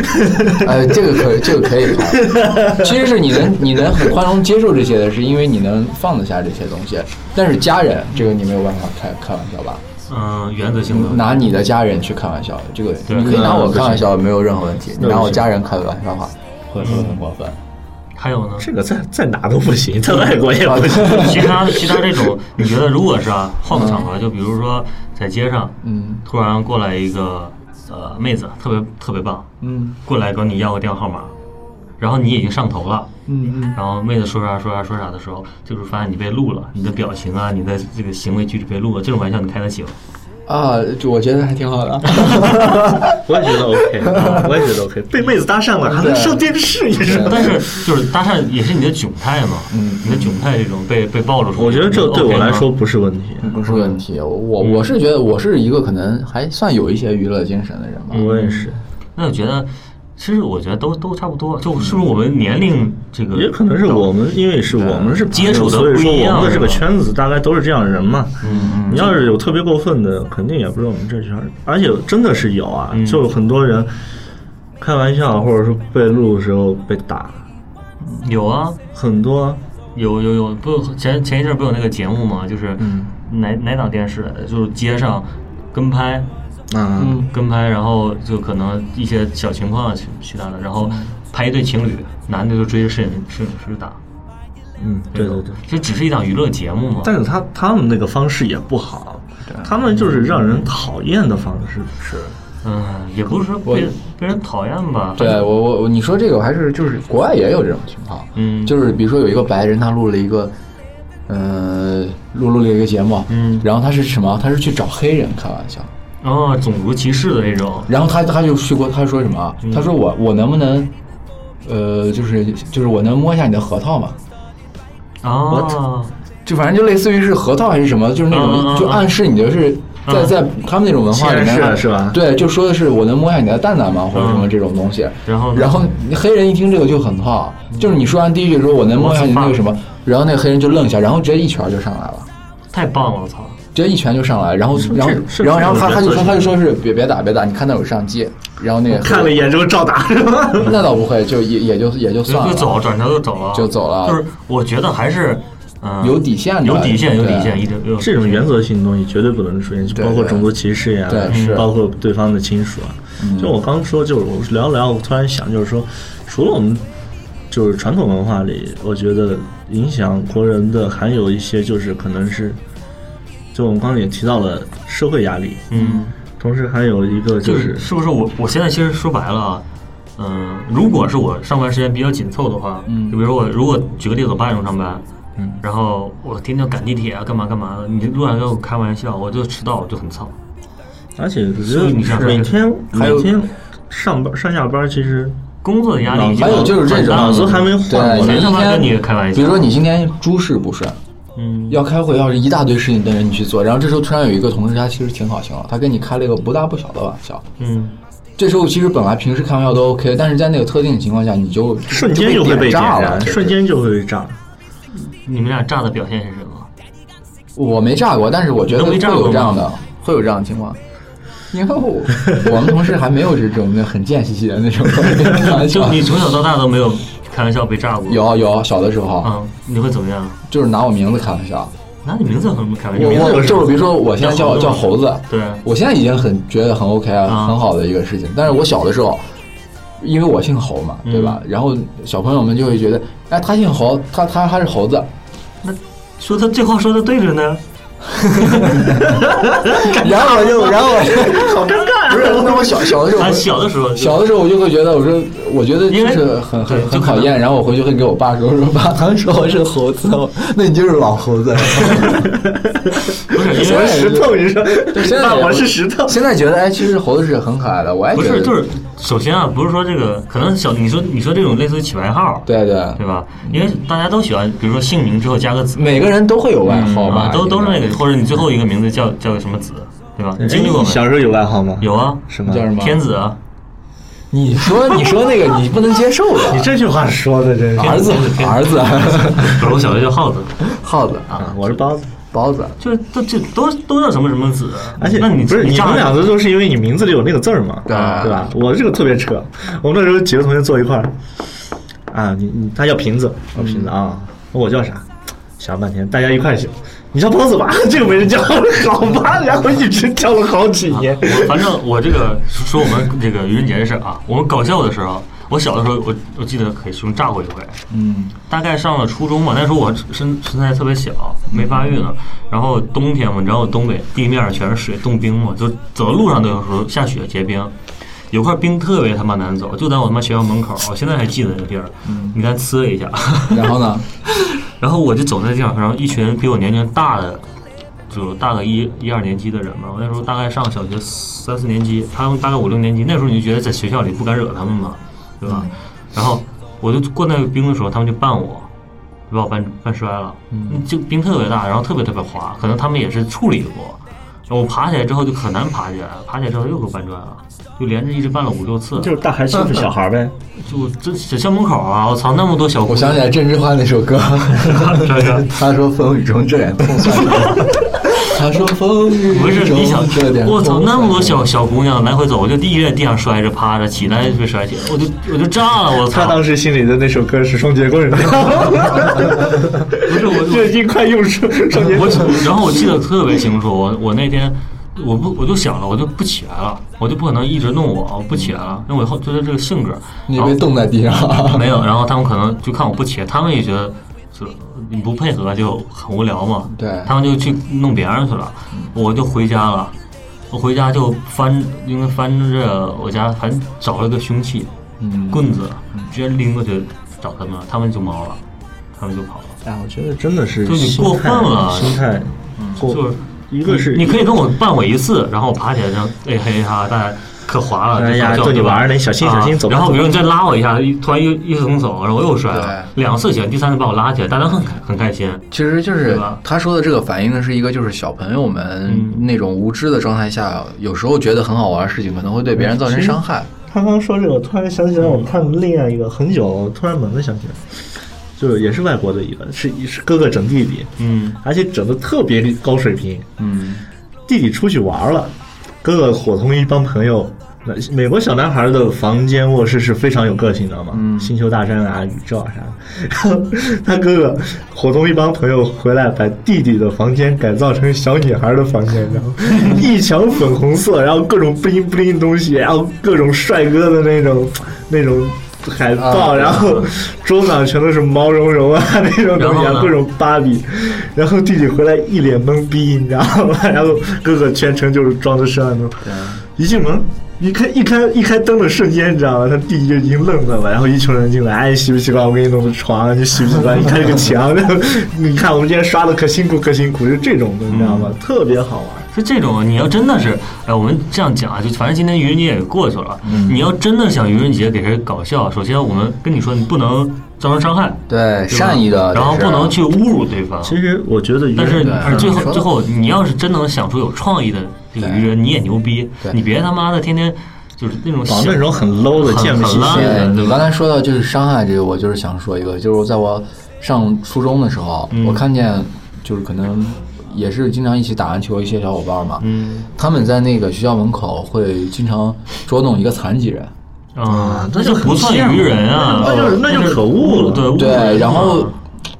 Speaker 1: <laughs> 呃，这个可以这个可以看，其实是你能你能很宽容接受这些的，是因为你能放得下这些东西。但是家人这个你没有办法开开玩笑吧？
Speaker 4: 嗯、原则性的。
Speaker 1: 拿你的家人去开玩笑，这个
Speaker 4: 对
Speaker 1: 你可以
Speaker 4: 那
Speaker 1: 拿我
Speaker 3: 不行
Speaker 1: 开玩笑没有任何问题。你
Speaker 3: 那不
Speaker 1: 拿我
Speaker 3: 行
Speaker 1: 家人开玩笑的话，会会很过分。
Speaker 4: 还有呢？
Speaker 3: 这个在在哪都不行，在外国也不行。
Speaker 4: 其他其他这种，你觉得如果是啊，换个场合，就比如说在街上，
Speaker 1: 嗯
Speaker 4: 突然过来一个呃妹子，特别特别棒，
Speaker 1: 嗯
Speaker 4: 过来管你要个电话号码，然后你已经上头了，
Speaker 1: 嗯嗯，
Speaker 4: 然后妹子说啥说啥说啥的时候，就是发现你被录了，你的表情啊，你的这个行为举止被录了，这种玩笑你开得起吗？
Speaker 1: 啊，就我觉得还挺好的。
Speaker 3: <laughs> 我也觉得 <laughs> OK，我也觉得 OK，被妹子搭讪了还能上电视， <laughs> 你知道吗？
Speaker 4: 但是就是搭讪也是你的窘态嘛，
Speaker 1: 嗯
Speaker 4: 你的窘态这种被被暴露出来，
Speaker 3: 我觉得这对我
Speaker 4: OK 吗
Speaker 3: 来说，不是问题，
Speaker 1: <laughs> 不是问题，我我是觉得我是一个可能还算有一些娱乐精神的人吧。
Speaker 3: 我也是，
Speaker 4: 那我觉得其实我觉得都都差不多，就是不是我们年龄这个
Speaker 3: 也可能是我们，因为是我们是朋友
Speaker 4: 接触的
Speaker 3: 所以
Speaker 4: 不
Speaker 3: 说
Speaker 4: 一样
Speaker 3: 我们的这个
Speaker 4: 是吧
Speaker 3: 圈子大概都是这样的人嘛。
Speaker 4: 嗯
Speaker 3: 你要是有特别过分的，肯定也不是我们这圈儿，而且真的是有啊，就很多人开玩笑或者说被录的时候被打，
Speaker 4: 嗯有啊，
Speaker 3: 很多
Speaker 4: 有有有，不有前前一阵儿不有那个节目吗？就是
Speaker 3: 嗯
Speaker 4: 哪哪档电视来的？就是街上跟拍，
Speaker 3: 啊，
Speaker 4: 跟拍，然后就可能一些小情况啊，其其他的，然后拍一对情侣，男的就追着摄影摄影师打，
Speaker 3: 嗯，对对对。
Speaker 4: 这只是一档娱乐节目嘛。
Speaker 3: 但是他他们那个方式也不好，他们就是让人讨厌的方式。是，
Speaker 4: 嗯，也不是说被被人讨厌吧。
Speaker 1: 对我我我你说这个我还是就是国外也有这种情况，
Speaker 4: 嗯
Speaker 1: 就是比如说有一个白人他录了一个，呃，录录了一个节目，嗯，然后他是什么？他是去找黑人开玩笑，
Speaker 4: 哦，种族歧视的那种，
Speaker 1: 然后他他就去过，他说什么
Speaker 4: 嗯
Speaker 1: 啊？他说我我能不能，呃，就是就是我能摸一下你的核桃吗？
Speaker 4: 哦，
Speaker 1: 就反正就类似于是核桃还是什么，就是那
Speaker 4: 嗯嗯
Speaker 1: 种
Speaker 4: 嗯
Speaker 1: 就暗示你的是在
Speaker 4: 嗯
Speaker 1: 在他们那种文化里面
Speaker 3: 显示是吧
Speaker 1: 对，就说的是我能摸一下你的蛋蛋吗，或者什么这种东西。
Speaker 4: 嗯然后呢嗯
Speaker 1: 然后黑人一听这个就很好，就是你说完第一句说我能摸一下你那个什么，然后那个黑人就愣一下，然后直接一拳就上来了。
Speaker 4: 太棒了，我操！
Speaker 1: 直接一拳就上来，然后，然后
Speaker 4: 是，是
Speaker 1: 然后，然后
Speaker 4: 是
Speaker 1: 他他
Speaker 4: 是
Speaker 1: 就说，
Speaker 4: 是
Speaker 1: 他就说是别别打，别打，你看那有相机，然后那个
Speaker 3: 看了一眼之后照打是吧？
Speaker 1: <laughs> 那倒不会，就也也就也就算
Speaker 4: 就
Speaker 1: 了，
Speaker 4: 走，转头就走了，
Speaker 1: 就走了
Speaker 4: 就是我觉得还是，嗯，
Speaker 1: 有底线的，
Speaker 4: 有底线，有底线，
Speaker 1: 对。
Speaker 4: 一定有
Speaker 3: 这种原则性的东西绝对不能出现，就
Speaker 1: 对
Speaker 3: 包括
Speaker 1: 对
Speaker 3: 种族歧视呀，
Speaker 1: 对
Speaker 3: 嗯
Speaker 1: 是
Speaker 3: 包括对方的亲属啊。就我刚说，就是我聊聊，我突然想，就是说，除了我们就是传统文化里，我觉得影响国人的还有一些就是可能是，就我们刚刚也提到了社会压力，
Speaker 4: 嗯，
Speaker 3: 同时还有一个就
Speaker 4: 就是是是不是我我现在其实说白了啊，嗯，如果是我上班时间比较紧凑的话，嗯，就比如说我如果举个例子，我八点钟上班，嗯，然后我天天赶地铁啊，干嘛干嘛的，你路上跟我开玩笑，我就迟到，我就很操，
Speaker 3: 而且我觉
Speaker 4: 所以你
Speaker 3: 得
Speaker 4: 想
Speaker 3: 每天
Speaker 1: 还有
Speaker 3: 每天上班上下班，其实
Speaker 4: 工作的压力已经
Speaker 1: 哦还有就是这种
Speaker 4: 很大
Speaker 3: 脑
Speaker 4: 了
Speaker 3: 子还没换过
Speaker 1: 对，
Speaker 4: 谁
Speaker 1: 你
Speaker 3: 来，
Speaker 4: 他妈
Speaker 1: 今天
Speaker 4: 跟你开玩笑
Speaker 1: 比如说你今天诸事不顺，
Speaker 4: 嗯，
Speaker 1: 要开会，要是一大堆事情等着你去做，然后这时候突然有一个同事，他其实挺好心了，他跟你开了一个不大不小的玩笑，
Speaker 4: 嗯，
Speaker 1: 这时候其实本来平时开玩笑都 OK，但是在那个特定的情况下，你就
Speaker 3: 瞬间就
Speaker 1: 就
Speaker 3: 会被
Speaker 1: 点炸
Speaker 3: 点燃
Speaker 1: 了，就是
Speaker 3: 瞬间就会被炸。
Speaker 4: 你们俩炸的表现是什么？
Speaker 1: 我没炸过，但是我觉得
Speaker 4: 都
Speaker 1: 会
Speaker 4: 没炸
Speaker 1: 有
Speaker 4: 过
Speaker 1: 这样
Speaker 4: 吗
Speaker 1: 的，会有这样的情况。因为我我们同事还没有这种那很贱兮兮的那种 <laughs> 开玩
Speaker 4: <laughs> 就
Speaker 1: 笑。
Speaker 4: 你从小到大都没有开玩笑被炸过，
Speaker 1: 有有，小的时候、
Speaker 4: 啊，你会怎么样？
Speaker 1: 就是拿我名字开玩笑，
Speaker 4: 拿你名字有什么开玩笑？
Speaker 1: 我
Speaker 4: 名字
Speaker 1: 我
Speaker 4: 有什
Speaker 1: 就
Speaker 4: 么
Speaker 1: 是比如说我现在叫我叫
Speaker 4: 叫
Speaker 1: 猴
Speaker 4: 猴
Speaker 1: 子，
Speaker 4: 对
Speaker 1: 我现在已经很觉得很 OK 啊，
Speaker 4: 啊
Speaker 1: 很好的一个事情。但是我小的时候，因为我姓侯嘛，
Speaker 4: 嗯
Speaker 1: 对吧？然后小朋友们就会觉得，哎，他姓侯，他他他是猴子，
Speaker 4: 说他这话说的对着呢，
Speaker 1: 然后我就然后我好尴尬、不是，那我小小的时候
Speaker 4: 啊他啊小的时候就
Speaker 1: 小的时候我就会觉得，我说我觉得就
Speaker 4: 因为
Speaker 1: 是很
Speaker 4: 对
Speaker 1: 很很
Speaker 4: 就可
Speaker 1: 讨
Speaker 4: 能
Speaker 1: 厌，然后我回去会给我爸说，我说爸，他们说我是猴子，那你就是老猴子。
Speaker 4: 不是因
Speaker 1: 现
Speaker 4: 为
Speaker 1: 在
Speaker 3: 石头，你说
Speaker 1: 对
Speaker 3: <laughs>
Speaker 1: 现在
Speaker 3: 爸，
Speaker 1: 也
Speaker 3: 我是石头。
Speaker 1: 现在觉得哎，其实猴子是很可爱的，我还
Speaker 4: 不
Speaker 1: 觉得
Speaker 4: 是就是首先啊，不是说这个可能小你说你说这种类似于起外号，
Speaker 1: 对对，
Speaker 4: 对吧？因为大家都喜欢，比如说姓名之后加个子，
Speaker 1: 每个人都会有外号吧
Speaker 4: 啊，，都都是那
Speaker 1: 个
Speaker 4: 个，或者你最后一个名字叫叫个什么子，对吧？你经历过
Speaker 3: 哎
Speaker 4: 吗？
Speaker 3: 小时候有外号吗？
Speaker 4: 有啊，
Speaker 3: 什么
Speaker 1: 叫什么？
Speaker 4: 天子啊，
Speaker 1: 你说你说那个你不能接受
Speaker 3: 你
Speaker 1: 的，
Speaker 3: 这句话说的真
Speaker 1: <laughs>
Speaker 3: 是
Speaker 1: 儿子
Speaker 4: 天子天子
Speaker 1: 儿子
Speaker 4: 不 <laughs> 是我小时候叫耗子，
Speaker 1: 耗子
Speaker 3: 啊！我是包子，
Speaker 1: 包子，
Speaker 4: 就是都这都都叫什么什么子，
Speaker 3: 而且
Speaker 4: 那你
Speaker 3: 不是你
Speaker 4: 炸
Speaker 3: 们
Speaker 4: 了
Speaker 3: 两个都是因为你名字里有那个字儿嘛，
Speaker 1: 对
Speaker 3: 啊对吧？我这个特别扯，我们那时候几个同学坐一块儿，啊，你你他叫瓶子，我瓶子啊，我叫啥？想半天，大家一块儿想，你叫包子吧， <laughs> 这个没人叫，好吧，然后一直叫了好几年。
Speaker 4: 我啊反正我这个说我们这个愚人节的事儿啊，我们搞笑的时候，我小的时候我我记得给熊炸过一回，
Speaker 1: 嗯，
Speaker 4: 大概上了初中吧，那时候我身身材特别小，没发育呢。然后冬天嘛，你知道东北地面全是水，冻冰嘛，就走到路上都有时候下雪结冰。有块冰特别他妈难走，就在我他妈学校门口，哦我现在还记得那个地儿。
Speaker 3: 嗯
Speaker 4: 你看呲了一下，
Speaker 1: 然后呢？
Speaker 4: 然后我就走在地上，然后一群比我年龄大的，就大个一一二年级的人嘛。我那时候大概上小学三四年级，他们大概五六年级。那时候你就觉得在学校里不敢惹他们嘛，对吧？然后我就过那个冰的时候，他们就绊我，就把我绊绊摔了。嗯，就冰特别大，然后特别特别滑，可能他们也是处理过。然后我爬起来之后就很难爬起来，爬起来之后又给我绊拽了，就连着一直绊了五六次。
Speaker 3: <laughs> 就是大孩欺负小孩呗，
Speaker 4: 就这小校门口啊，我操，那么多小姑
Speaker 1: 我
Speaker 4: 娘，
Speaker 1: 想起来郑智化那首歌。
Speaker 4: 这个。
Speaker 1: 他说风雨中这点痛算什么？他说风雨
Speaker 4: 不是你想
Speaker 1: 中这点，痛
Speaker 4: 我操，
Speaker 1: 算
Speaker 4: 那么多
Speaker 1: 什
Speaker 4: 小小姑娘来回走，我就第一个在地上摔着趴着，起来就被摔起来，我就我就炸了，我
Speaker 3: 他
Speaker 4: 操！
Speaker 3: 当时心里的那首歌是双截棍， <laughs>
Speaker 4: 不是我
Speaker 3: 这一块用双双截
Speaker 4: 我
Speaker 3: 棍。
Speaker 4: 我，然后我记得特别清楚，我我那天我不我就想了，我就不起来了，我就不可能一直弄我，我不起来了，因为我以后就是这个性格。
Speaker 1: 你
Speaker 4: 然后
Speaker 1: 被冻在地上，
Speaker 4: 没有，然后他们可能就看我不起，他们也觉得就是你不配合就很无聊嘛。
Speaker 1: 对
Speaker 4: 他们就去弄别人去了，
Speaker 3: 嗯
Speaker 4: 我就回家了。我回家就翻，因为翻着我家，反正找了个凶器，
Speaker 1: 嗯
Speaker 4: 棍子，直接拎过去找他们，他们就毛了，他们就跑了。
Speaker 3: 哎，我觉得真的是
Speaker 4: 就你
Speaker 3: 心
Speaker 4: 过
Speaker 3: 态
Speaker 4: 分了嗯
Speaker 3: 心态过
Speaker 4: 就是
Speaker 3: 一个是
Speaker 4: 你可以跟我绊我一次，然后我爬起来然后哎嘿哈，大家可滑了，
Speaker 3: 哎呀
Speaker 4: 就叫
Speaker 3: 逗你玩儿呢
Speaker 4: 对吧
Speaker 3: 小心
Speaker 4: 啊
Speaker 3: 小心走吧
Speaker 4: 然后比如你再拉我一下，一突然一一松手，然后我又摔了，两次行，第三次把我拉起来，大家很开很开心。
Speaker 1: 其实就是
Speaker 4: 对吧
Speaker 1: 他说的这个反映的是一个，就是小朋友们
Speaker 4: 嗯
Speaker 1: 那种无知的状态下，有时候觉得很好玩的事情，可能会对别人造成伤害。
Speaker 3: 他刚说这个，我突然想起来，我看另外一个很久，我突然猛地想起来，就是也是外国的一个，是是哥哥整弟弟，
Speaker 4: 嗯，
Speaker 3: 而且整的特别高水平。
Speaker 1: 嗯，
Speaker 3: 弟弟出去玩了，哥哥伙同一帮朋友。那美国小男孩的房间卧室是非常有个性的嘛，星球大战啊、宇宙啊啥的。 <laughs> 他哥哥伙同一帮朋友回来，把弟弟的房间改造成小女孩的房间，然后一墙粉红色，然后各种不灵不灵东西，然后各种帅哥的那种那种海报，
Speaker 1: 啊
Speaker 3: 然后桌上全都是毛茸茸啊那种东西，
Speaker 4: <laughs> 然后
Speaker 3: 啊
Speaker 4: 呢
Speaker 3: 各种芭比，然后弟弟回来一脸懵逼，你知道吗？ <laughs> 然后哥哥全程就是装着摄像头，
Speaker 4: 啊
Speaker 3: 一进门。一开一开一开灯的瞬间，你知道吗？他弟弟就已经愣了嘛，然后一群人进来，哎，习不习惯我给你弄个床？你习不习惯？你看这个墙， <laughs> 然后你看我们今天刷的可辛苦可辛苦，就这种的，你知道
Speaker 4: 嗯
Speaker 3: 吗？特别好玩。
Speaker 4: 是这种，你要真的是，哎，我们这样讲啊，就反正今天愚人节也过去了，
Speaker 1: 嗯
Speaker 4: 你要真的想愚人节给谁搞笑，首先我们跟你说，你不能造成伤害，
Speaker 1: 啊对，
Speaker 4: 对吧
Speaker 1: 善意的，嗯
Speaker 4: 然后不能去侮辱对方。
Speaker 3: 其实我觉得，
Speaker 4: 但是
Speaker 1: 对
Speaker 4: 而最
Speaker 1: 你
Speaker 4: 后
Speaker 1: 说
Speaker 4: 最后，你要是真能想出有创意的这个愚人，你也牛逼
Speaker 1: 对，
Speaker 4: 你别他妈的天天就是那种
Speaker 3: 搞
Speaker 4: 小
Speaker 3: 那种很 low 的
Speaker 4: 很
Speaker 3: 见不起人
Speaker 4: 很烂
Speaker 1: 对
Speaker 4: 的
Speaker 1: 你刚才说到就是伤害这个，我就是想说一个，就是在我上初中的时候，
Speaker 4: 嗯
Speaker 1: 我看见就是可能也是经常一起打篮球一些小伙伴嘛，
Speaker 4: 嗯
Speaker 1: 他们在那个学校门口会经常捉弄一个残疾人，
Speaker 4: 啊，
Speaker 3: 那
Speaker 4: 那
Speaker 3: 就
Speaker 4: 就
Speaker 3: 很
Speaker 4: 不算
Speaker 3: 贱嘛
Speaker 4: 愚人啊，
Speaker 3: 那就是那就可恶了
Speaker 4: 对侮辱
Speaker 1: 对，
Speaker 4: 人
Speaker 1: 然后
Speaker 4: 嘛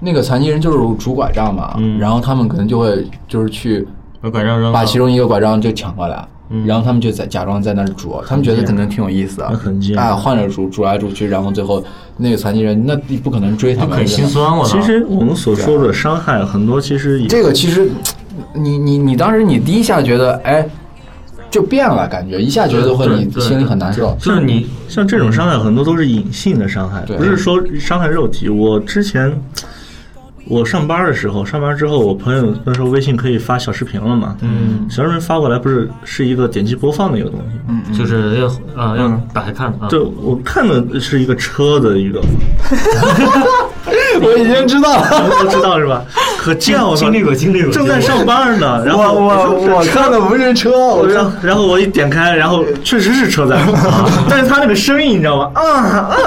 Speaker 1: 那个残疾人就是拄拐杖嘛，
Speaker 4: 嗯
Speaker 1: 然后他们可能就会就是去
Speaker 4: 把拐杖扔了，
Speaker 1: 把其中一个拐杖就抢过来。然后他们就在假装在那儿拄，他们觉得可能挺有意思的，
Speaker 3: 那很贱
Speaker 1: 哎，换着拄，拄来拄去，然后最后那个残疾人，那你不可能追他
Speaker 4: 就
Speaker 1: 们，
Speaker 4: 很
Speaker 1: 对吧
Speaker 4: 心酸，我操
Speaker 3: 其实我们所说
Speaker 4: 啊
Speaker 3: 的伤害，很多其实也
Speaker 1: 这个其实，你你你当时你第一下觉得，哎，就变了，感觉一下觉得会
Speaker 4: 对
Speaker 1: 你
Speaker 4: 对
Speaker 1: 心里很难受。
Speaker 4: 就是你
Speaker 3: 像这种伤害，很多都是隐性的伤害，
Speaker 1: 对
Speaker 3: 不是说伤害肉体。我之前我上班的时候，上班之后，我朋友那时候微信可以发小视频了嘛，嗯，小视频发过来不是是一个点击播放的一个东西吗？嗯，
Speaker 4: 就是要啊要打开看啊，
Speaker 3: 对，我看的是一个车的一个， <laughs>
Speaker 1: 我已经知道了，
Speaker 3: <laughs> 都知道是吧？可见我操
Speaker 4: 经历过经历过，
Speaker 3: 正在上班呢，然后
Speaker 1: 我我看的不是车，我
Speaker 3: 然后然后我一点开，然后确实是车载，啊
Speaker 1: <laughs>
Speaker 3: 但是他那个声音你知道吗？啊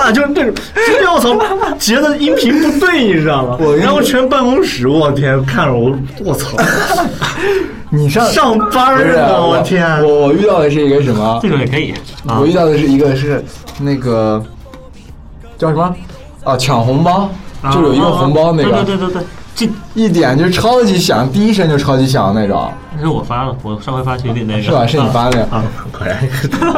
Speaker 3: 啊，就是那种，直接我操，觉得音频不对，你知道吗？然后全办公室，我天，看着我，我
Speaker 1: <laughs>
Speaker 3: 操，
Speaker 1: 你上
Speaker 3: 上
Speaker 1: 不
Speaker 3: 班
Speaker 1: 是啊
Speaker 3: 呢，我天，
Speaker 1: 我我遇到的是一个什么
Speaker 4: 这？种也可以啊
Speaker 1: 我遇到的是一个是那个叫什么啊？抢红包，
Speaker 4: 啊，
Speaker 1: 就有一个红包那
Speaker 4: 啊啊对
Speaker 1: 个，
Speaker 4: 对对对对，这
Speaker 1: 一点就超级响，第一声就超级响的那种，
Speaker 4: 那是我发了，我上回发群里那个
Speaker 1: 是吧？是你发的。
Speaker 3: 啊，果然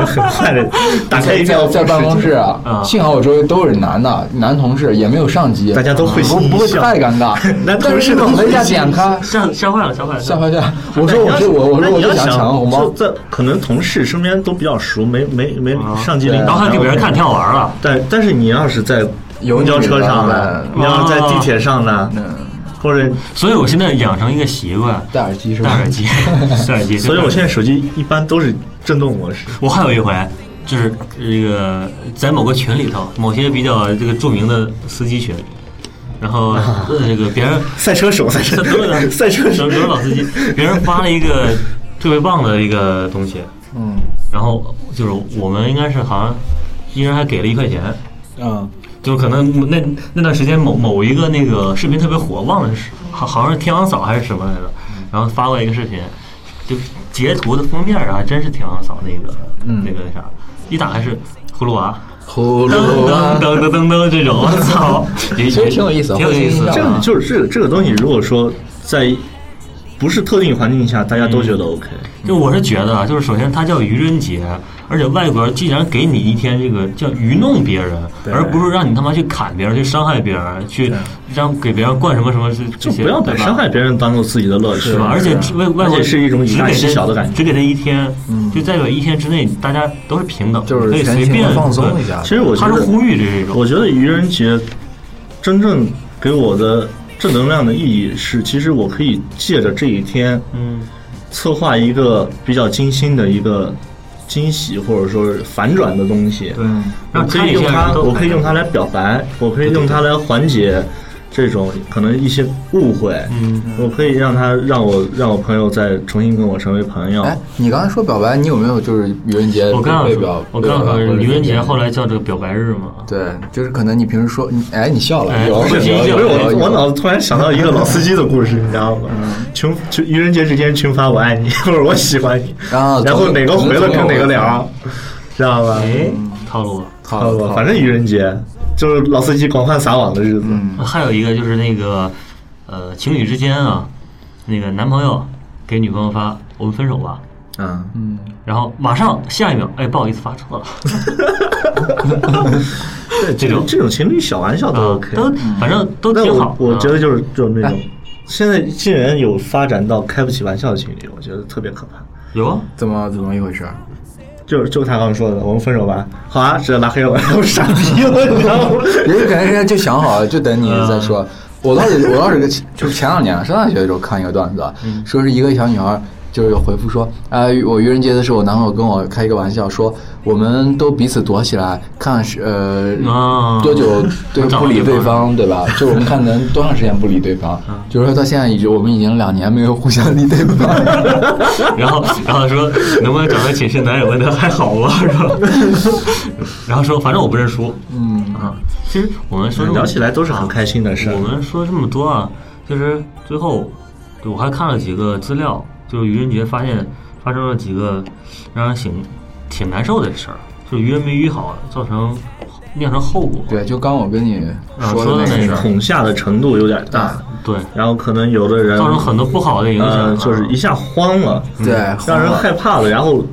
Speaker 3: 很快
Speaker 1: <laughs>
Speaker 3: 的，打开一
Speaker 1: 在
Speaker 3: 辆
Speaker 1: 在办公室，啊
Speaker 4: 啊，
Speaker 1: 幸好我周围都是男的，男同事也没有上级，
Speaker 3: 大家都会
Speaker 1: 不
Speaker 3: 心一
Speaker 1: 不会
Speaker 3: 笑。
Speaker 1: 太尴尬
Speaker 3: <laughs> 男同
Speaker 1: 但是
Speaker 3: 事都
Speaker 1: 猛的一下
Speaker 3: 会心
Speaker 1: 点
Speaker 3: 一
Speaker 1: 开，
Speaker 4: 吓吓坏了，吓坏了，
Speaker 1: 吓
Speaker 4: 坏
Speaker 1: 坏
Speaker 4: 了。
Speaker 1: 吓！我说我是我我
Speaker 3: 那
Speaker 1: 说我
Speaker 3: 哎你要
Speaker 1: 就想
Speaker 3: 想
Speaker 1: 抢个红包
Speaker 3: 就，在可能同事身边都比较熟，没没没
Speaker 1: 啊
Speaker 3: 上级领
Speaker 4: 然
Speaker 3: 导，
Speaker 4: 后还给别人看挺好玩了，
Speaker 3: 但但是你要是在
Speaker 1: 有
Speaker 3: 公交车上呢
Speaker 1: 你，
Speaker 3: 你要是在地铁上呢，或者，
Speaker 4: 所以我现在养成一个习惯，
Speaker 1: 戴耳机是
Speaker 4: 戴
Speaker 1: 吧？ <laughs>
Speaker 4: 耳机，戴耳机。
Speaker 3: 所以我现在手机一般都是震动模式。
Speaker 4: 我还有一回，就是这个在某个群里头，某些比较这个著名的司机群，然
Speaker 1: <laughs>
Speaker 4: 后呃这个别人
Speaker 3: 赛车手，赛
Speaker 4: 等
Speaker 3: 车，
Speaker 4: 等
Speaker 3: <laughs> 赛车手
Speaker 4: 等，等老司机，别人发了一个特别棒的一个东西，
Speaker 1: 嗯
Speaker 4: 然后就是我们应该是好像一人还给了一块钱，
Speaker 1: 嗯，
Speaker 4: 就是可能那那段时间某某一个那个视频特别火，忘了是好好像是天阳嫂还是什么来着，然后发过一个视频，就截图的封面啊，还真是天阳嫂那个、
Speaker 1: 嗯
Speaker 4: 那个那啥，一打开是葫芦娃。
Speaker 1: 葫
Speaker 4: 噔
Speaker 1: 芦
Speaker 4: 噔
Speaker 1: 娃，
Speaker 4: 噔噔噔噔，这种我操，其
Speaker 1: 其实挺有意思
Speaker 4: 挺有意思的啊。
Speaker 3: 这个就是这个这个东西，如果说在不是特定环境下，大家
Speaker 4: 嗯
Speaker 3: 都觉得 OK。
Speaker 4: 就我是觉得啊，就是首先它叫愚人节，而且外国人既然给你一天这个叫愚弄别人，而不是让你他妈去砍别人、去伤害别人、去让给别人灌什么什么这
Speaker 3: 就
Speaker 4: 这些，
Speaker 3: 不要把
Speaker 4: 对吧
Speaker 3: 伤害别人当做自己的乐趣
Speaker 4: 是吧？而且只外外
Speaker 3: 而
Speaker 4: 国
Speaker 3: 且是一种以
Speaker 4: 只
Speaker 3: 大
Speaker 4: 给
Speaker 3: 欺
Speaker 4: 这
Speaker 3: 小的感觉。
Speaker 4: 只给他一天，就代表一天之内大家都是平等，
Speaker 1: 就是
Speaker 4: 可以随
Speaker 1: 全情
Speaker 4: 便
Speaker 1: 地放松一下
Speaker 3: 其实我觉
Speaker 4: 他是
Speaker 3: 得，
Speaker 4: 呼吁这是一种
Speaker 3: 我觉得愚人节真正给我的正能量的意义是，其实我可以借着这一天，
Speaker 4: 嗯，
Speaker 3: 策划一个比较精心的一个惊喜，或者说是反转的东西。
Speaker 4: 对，
Speaker 3: 我
Speaker 4: 让
Speaker 3: 可
Speaker 4: 家
Speaker 3: 以
Speaker 4: 里
Speaker 3: 用
Speaker 4: 现在
Speaker 3: 它，
Speaker 4: 人都
Speaker 3: 我可以
Speaker 4: 看
Speaker 3: 用
Speaker 4: 到
Speaker 3: 它来表白，我可以用它来缓解这种可能一些误会。
Speaker 4: 嗯，
Speaker 3: 我可以让它让我让我朋友再重新跟我成为朋友。
Speaker 1: 哎，你刚才说表白，你有没有就是愚人节
Speaker 4: 我刚
Speaker 1: 被
Speaker 4: 想
Speaker 1: 表
Speaker 4: 说，？我刚想说，
Speaker 1: 被表白或者
Speaker 4: 愚人
Speaker 1: 怎
Speaker 4: 节
Speaker 1: 么样
Speaker 4: 后来叫这个表白日嘛。
Speaker 1: 对，就是可能你平时说，你哎，你笑了，
Speaker 4: 哎
Speaker 1: 有
Speaker 4: 不是
Speaker 1: 有
Speaker 4: 一定
Speaker 1: 有
Speaker 3: <laughs> 不是
Speaker 1: 有
Speaker 3: 我，
Speaker 1: 有
Speaker 3: 我脑子突然想到一个老司机的故事，你知道吗？群群愚人节之间群发我爱你， <laughs> 或者我喜欢你，
Speaker 1: 啊
Speaker 3: 然后
Speaker 1: 总
Speaker 3: 哪个回了跟哪个聊，知道吧？
Speaker 4: 哎，套路了。
Speaker 1: 好
Speaker 3: 吧
Speaker 1: 了，
Speaker 3: 反正愚人节就是老司机广泛撒网的日子。
Speaker 4: 还有一个就是那个，呃，情侣之间啊，那个男朋友给女朋友发“我们分手吧
Speaker 3: 嗯”，
Speaker 4: 然后马上下一秒，哎，不好意思，
Speaker 3: <laughs>
Speaker 4: 发错了。
Speaker 3: 对，这种这种情侣小玩笑都 OK，
Speaker 4: 啊呃都反正都
Speaker 3: 但
Speaker 4: 挺
Speaker 3: 我
Speaker 4: 好。
Speaker 3: 我觉得
Speaker 4: 啊
Speaker 3: 就是就是那种，现在竟然有发展到开不起玩笑的情侣，我觉得特别可怕。
Speaker 4: 有啊，
Speaker 1: 怎么怎么一回事？
Speaker 3: 就是就是他刚刚说的，我们分手吧，好啊，直接拉黑我，然后傻逼了，你知道吗？
Speaker 1: 人家可能人家就想好了，就等
Speaker 4: 嗯
Speaker 1: 你再说。我倒是，我倒是个，就是前两年啊上大学的时候看一个段子，啊
Speaker 4: 嗯
Speaker 1: 说是一个小女孩，就是有回复说，哎，我愚人节的时候，我男朋友跟我开一个玩笑，说我们都彼此躲起来，看是呃
Speaker 3: 嗯
Speaker 4: 啊
Speaker 1: 多久对
Speaker 4: 找
Speaker 1: 不理对
Speaker 4: 对
Speaker 1: 方，对吧？就我们看能多长时间不理对方，
Speaker 4: 嗯
Speaker 1: 就是说到现在已经我们已经两年没有互相理对方
Speaker 4: <laughs>
Speaker 1: 了。
Speaker 4: <laughs> 然后然后说能不能找个寝室男友？问他还好吗？是吧？ <laughs> 然后说反正我不认输。
Speaker 1: 嗯，
Speaker 4: 啊，其实我们说这么
Speaker 3: 聊起来都是很开心的
Speaker 1: 啊
Speaker 3: 事儿
Speaker 4: 我们说这么多啊，就是最后对我还看了几个资料，就是愚人节发现发生了几个让人挺挺难受的事儿，就是愚人没愚好，造成酿成后果。
Speaker 1: 对，就刚我跟你
Speaker 4: 啊
Speaker 1: 说的
Speaker 4: 说的
Speaker 1: 那
Speaker 4: 那
Speaker 1: 事儿
Speaker 4: 个，
Speaker 3: 恐吓的程度有点大，
Speaker 4: 对，
Speaker 3: 然后可能有的人
Speaker 4: 造成很多不好的影响啊、
Speaker 3: 呃，就是一下慌了，
Speaker 1: 对，
Speaker 4: 嗯
Speaker 3: 让人
Speaker 1: 慌了
Speaker 3: 害怕了，然后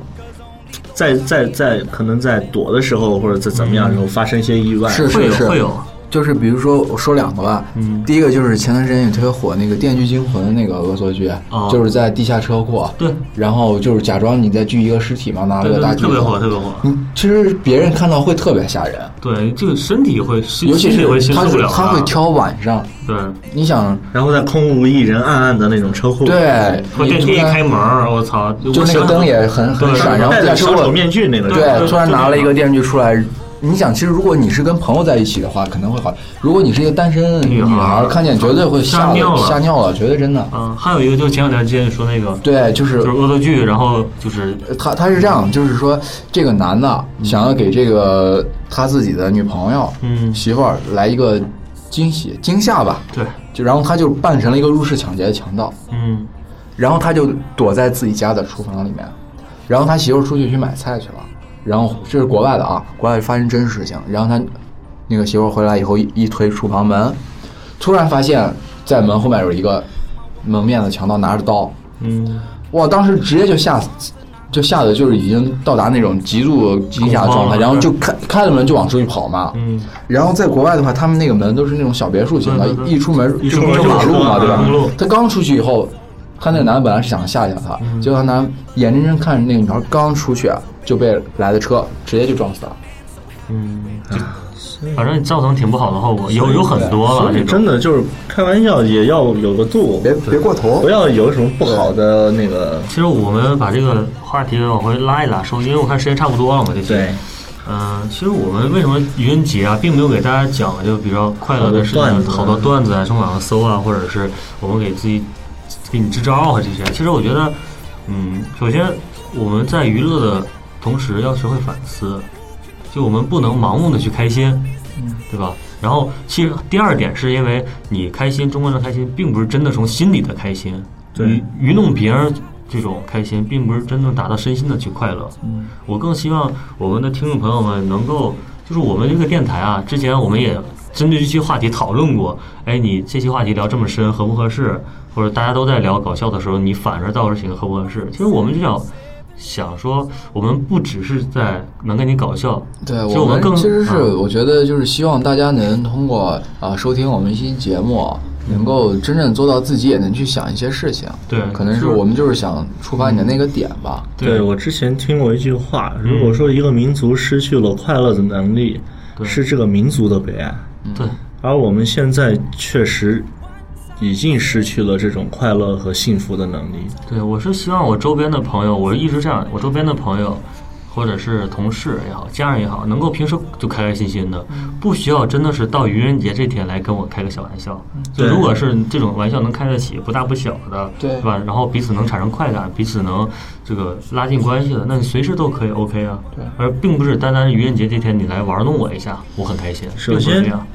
Speaker 3: 在在在可能在躲的时候或者在怎么样的时候发生一些意外，
Speaker 1: 是
Speaker 4: 会
Speaker 1: 是
Speaker 4: 有
Speaker 1: 是
Speaker 4: 会有，
Speaker 1: 就是比如说我说两个吧，
Speaker 4: 嗯
Speaker 1: 第一个就是前段时间也特别火那个《电锯惊魂》那个恶作剧，
Speaker 4: 哦
Speaker 1: 就是在地下车库，
Speaker 4: 对，
Speaker 1: 然后就是假装你在锯一个尸体嘛，拿了
Speaker 4: 对
Speaker 1: 个
Speaker 4: 对
Speaker 1: 大
Speaker 4: 对，
Speaker 1: 锯，
Speaker 4: 特别火，特别火。
Speaker 1: 嗯，其实别人看到会特别吓人，
Speaker 4: 对，这个身体会，心
Speaker 1: 尤其
Speaker 4: 心里会
Speaker 1: 是
Speaker 4: 心
Speaker 1: 他
Speaker 4: 受不
Speaker 1: 是
Speaker 4: 了的啊
Speaker 1: 他会挑晚上，
Speaker 4: 对，
Speaker 1: 你想
Speaker 3: 然后在空无一人、暗暗的那种车库，
Speaker 1: 对，
Speaker 4: 或
Speaker 1: 你
Speaker 4: 电
Speaker 1: 突
Speaker 4: 梯一
Speaker 1: 然
Speaker 4: 开门儿，我操，
Speaker 1: 就
Speaker 4: 我
Speaker 1: 那个
Speaker 4: 想
Speaker 1: 灯也很很
Speaker 4: 对
Speaker 1: 闪，然后
Speaker 3: 戴
Speaker 1: 地下
Speaker 3: 着
Speaker 1: 车
Speaker 3: 小
Speaker 1: 库
Speaker 3: 丑面具那个人，
Speaker 1: 对，
Speaker 4: 对
Speaker 1: 突然
Speaker 4: 就
Speaker 1: 拿
Speaker 4: 那
Speaker 1: 了一
Speaker 4: 个
Speaker 1: 个电锯出来。你想，其实如果你是跟朋友在一起的话，可能会好；如果你是一个单身
Speaker 4: 女
Speaker 1: 女
Speaker 4: 孩
Speaker 1: 孩儿，看见绝对会吓
Speaker 4: 吓尿了
Speaker 1: 吓尿了，绝对真的。
Speaker 4: 嗯，还有一个就是前两天之前说那个，
Speaker 1: 对，就是
Speaker 4: 就是恶作剧，然后就是
Speaker 1: 他他是这样，就是说这个男的想要给这个他自己的女朋友、
Speaker 4: 嗯
Speaker 1: 媳妇儿来一个惊喜惊吓吧，
Speaker 4: 对，
Speaker 1: 就然后他就扮成了一个入室抢劫的强盗，
Speaker 4: 嗯，
Speaker 1: 然后他就躲在自己家的厨房里面，然后他媳妇儿出去去买菜去了，然后这是国外的啊，国外发生真实事情，然后他那个媳妇儿回来以后一一推厨房门，突然发现在门后面有一个蒙面的强盗拿着刀，
Speaker 4: 嗯，
Speaker 1: 哇，当时直接就吓，就吓得就是已经到达那种极度惊吓的状
Speaker 4: 恐
Speaker 1: 态，
Speaker 4: 慌了
Speaker 1: 然后就开开了门就往出去跑嘛。
Speaker 4: 嗯。
Speaker 1: 然后在国外的话，他们那个门都是那种小别墅型的
Speaker 4: 对对，对
Speaker 1: 一出门
Speaker 4: 嗯一出
Speaker 1: 就
Speaker 4: 门
Speaker 1: 就
Speaker 4: 就
Speaker 1: 马路嘛，
Speaker 4: 是
Speaker 1: 对吧
Speaker 4: 马路？
Speaker 1: 他刚出去以后，他那个男的本来是想吓吓他，
Speaker 4: 嗯
Speaker 1: 结果他男眼睁睁看着那个女孩刚出去啊就被来的车直接就撞死了。
Speaker 4: 嗯，就反正造成挺不好的后果，有有很多
Speaker 3: 所
Speaker 4: 了，
Speaker 3: 以
Speaker 4: 这
Speaker 3: 真
Speaker 4: 种
Speaker 3: 的就是开玩笑也要有个度，
Speaker 1: 别别过头
Speaker 3: 不要有什么不好的那个。
Speaker 4: 其实我们把这个话题往回拉一拉，说，因为我看时间差不多了嘛，这期。
Speaker 3: 对，
Speaker 4: 嗯、其实我们为什么愚人节啊，并没有给大家讲就比较快乐的事
Speaker 3: 好多段子
Speaker 4: 情，
Speaker 3: 啊
Speaker 4: 好多段子啊，从网上搜啊，或者是我们给自己给你支招啊这些。其实我觉得，嗯，首先我们在娱乐的同时要学会反思，就我们不能盲目的去开心，对吧？然后其实第二点是因为你开心，中国人的开心并不是真的从心里的开心，
Speaker 3: 对
Speaker 4: 愚愚弄别人这种开心，并不是真正达到身心的去快乐。嗯，我更希望我们的听众朋友们能够，就是我们这个电台啊，之前我们也针对这些话题讨论过，哎，你这些话题聊这么深合不合适？或者大家都在聊搞笑的时候，你反而倒是觉得合不合适？其实我们就想想说，我们不只是在能跟你搞笑，
Speaker 1: 对，
Speaker 4: 其实
Speaker 1: 我
Speaker 4: 我
Speaker 1: 们
Speaker 4: 更
Speaker 1: 其实是
Speaker 4: 啊
Speaker 1: 我觉得就是希望大家能通过啊、收听我们一期节
Speaker 4: 嗯
Speaker 1: 目，能够真正做到自己也能去想一些事情。
Speaker 4: 对
Speaker 1: 可能是
Speaker 4: 是
Speaker 1: 我们就是想触发你的那个点吧。
Speaker 3: 对我之前听过一句话，
Speaker 4: 嗯
Speaker 3: 如果说一个民族失去了快乐的能力，
Speaker 1: 嗯
Speaker 4: 对
Speaker 3: 是这个民族的悲哀。
Speaker 4: 对
Speaker 3: 而我们现在确实已经失去了这种快乐和幸福的能力。
Speaker 4: 对，我是希望我周边的朋友，我是一直这样，我周边的朋友，或者是同事也好，家人也好，能够平时就开开心心的，
Speaker 1: 嗯
Speaker 4: 不需要真的是到愚人节这天来跟我开个小玩笑。
Speaker 1: 嗯
Speaker 4: 就
Speaker 3: 对
Speaker 4: 如果是这种玩笑能开得起，不大不小的，
Speaker 1: 对
Speaker 4: 是吧？然后彼此能产生快感，彼此能这个拉近关系的，那你随时都可以 OK 啊。
Speaker 1: 对
Speaker 4: 而并不是单单愚人节这天你来玩弄我一下，我很开心。
Speaker 3: 首
Speaker 4: 并不是
Speaker 3: 先
Speaker 4: 这样，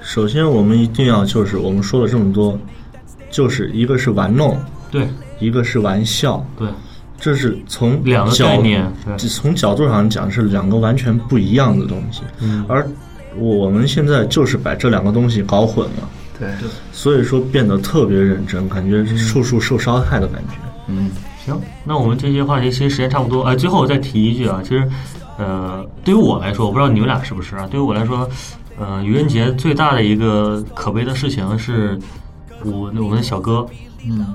Speaker 3: 首先，我们一定要就是我们说了这么多，就是一个是玩弄，
Speaker 4: 对
Speaker 3: 一个是玩笑，
Speaker 4: 对
Speaker 3: 这是从
Speaker 4: 两个
Speaker 3: 角
Speaker 4: 概念对
Speaker 3: 从角度上讲是两个完全不一样的东西。
Speaker 4: 嗯
Speaker 3: 而我们现在就是把这两个东西搞混了，
Speaker 1: 对，
Speaker 3: 所以说变得特别认真，感觉处处受伤害的感觉。
Speaker 1: 嗯，
Speaker 4: 行，那我们这些话题其实时间差不多。哎，最后我再提一句啊，其实，呃，对于我来说，我不知道你们俩是不是啊。对于我来说，呃，愚人节最大的一个可悲的事情是我我们的小哥，
Speaker 1: 嗯，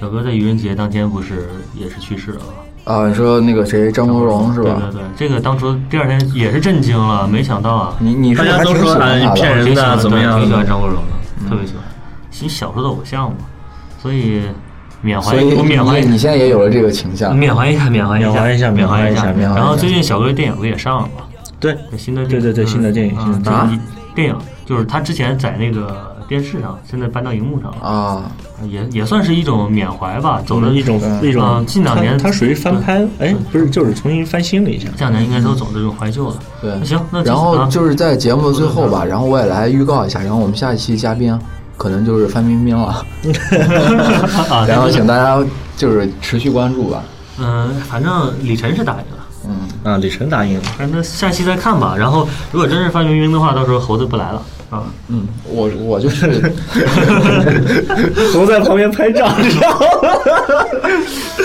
Speaker 4: 小哥在愚人节当天不是也是去世了吗？
Speaker 1: 啊，你说那个谁张国荣是吧
Speaker 4: 对？对对，这个当初第二天也是震惊了，没想到啊，
Speaker 1: 你你是
Speaker 3: 大
Speaker 1: 还
Speaker 3: 家都
Speaker 1: 挺
Speaker 3: 说
Speaker 1: 喜欢
Speaker 3: 哎
Speaker 1: 他的
Speaker 3: 骗人
Speaker 4: 挺喜欢
Speaker 3: 的怎么样
Speaker 4: 挺喜欢张国荣的，特别喜欢，其实小时候的偶像嘛，所以缅怀
Speaker 1: 所以你
Speaker 4: 我缅怀
Speaker 1: 你现在也有了这个倾向，
Speaker 4: 缅怀一下，缅怀
Speaker 3: 啊缅怀
Speaker 4: 一
Speaker 3: 一
Speaker 4: 下，
Speaker 3: 下
Speaker 4: 缅怀一下，
Speaker 3: 缅怀一下
Speaker 4: 然后最近小哥的电影不也上了吗？
Speaker 3: 对，
Speaker 4: 新的
Speaker 3: 对对对
Speaker 4: 嗯
Speaker 3: 新的电影新
Speaker 4: 嗯
Speaker 3: 的电影
Speaker 4: 啊电影就是他之前在那个电视上，现在搬到荧幕上了，
Speaker 1: 啊，
Speaker 4: 也也算是一种缅怀吧，走的
Speaker 3: 嗯一种
Speaker 1: 对
Speaker 3: 一种
Speaker 4: 嗯，近两
Speaker 3: 它
Speaker 4: 年
Speaker 3: 它属于翻拍，哎，不是，就是重新翻新了一下。
Speaker 4: 这两年应该都走这种怀旧了。
Speaker 1: 对
Speaker 4: 那行，那啊
Speaker 1: 然后就是是在节目的最后吧，然后我也来预告一下，然后我们下一期嘉宾可能就是范冰冰了，
Speaker 4: 啊，
Speaker 1: 然后
Speaker 4: 行，
Speaker 1: 请大家就是持续关注吧。
Speaker 4: 嗯，反正李晨是答应了，
Speaker 1: 嗯，
Speaker 3: 啊，李晨答应 <laughs> 了，
Speaker 4: 反正下期再看吧。然后如果真是范冰冰的话，到时候猴子不来了啊。
Speaker 1: 嗯，我我就是
Speaker 3: 猴在旁边拍照，你知道吗？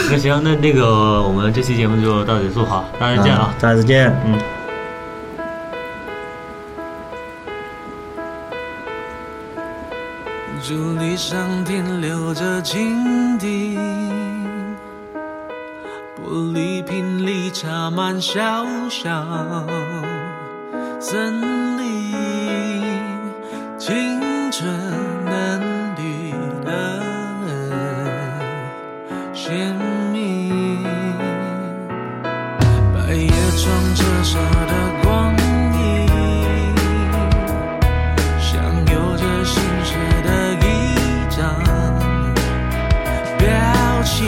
Speaker 4: 那行，那那个我们这期节目就到此结束哈，大家再见啊
Speaker 3: 啊，大家再见。
Speaker 5: 伫立上停留着蜻蜓，玻璃瓶里插满小小森林，青春嫩绿的鲜明，白夜窗折射的光影。像有着心事的一张表情，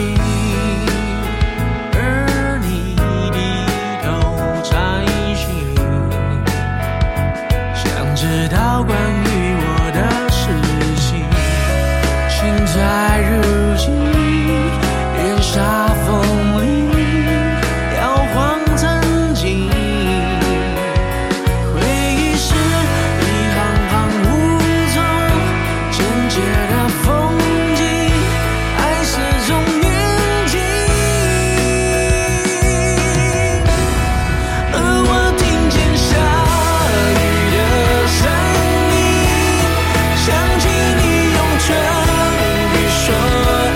Speaker 5: 而你低头禅心，想知道关于我的事情，心在如今，眼下风铃摇晃曾经。回忆是一行行无踪简洁的风景，爱是种宁静。而我听见下雨的声音，想起你用唇语说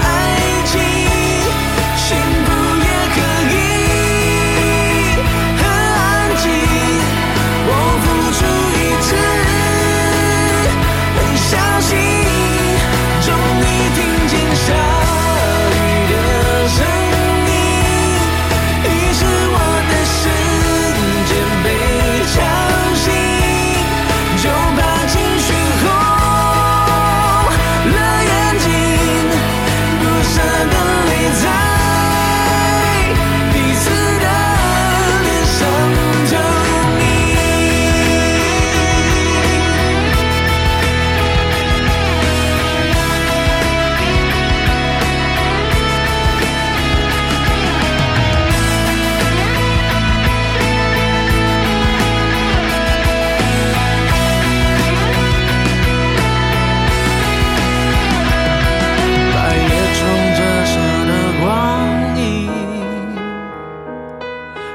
Speaker 5: 爱情，幸福也可以很安静。我付出一次，很小心，终于听见下雨的声音。于是我的世界被敲醒，就把情绪红了眼睛，不舍的泪在彼此的脸上投影。白夜中折射的光影，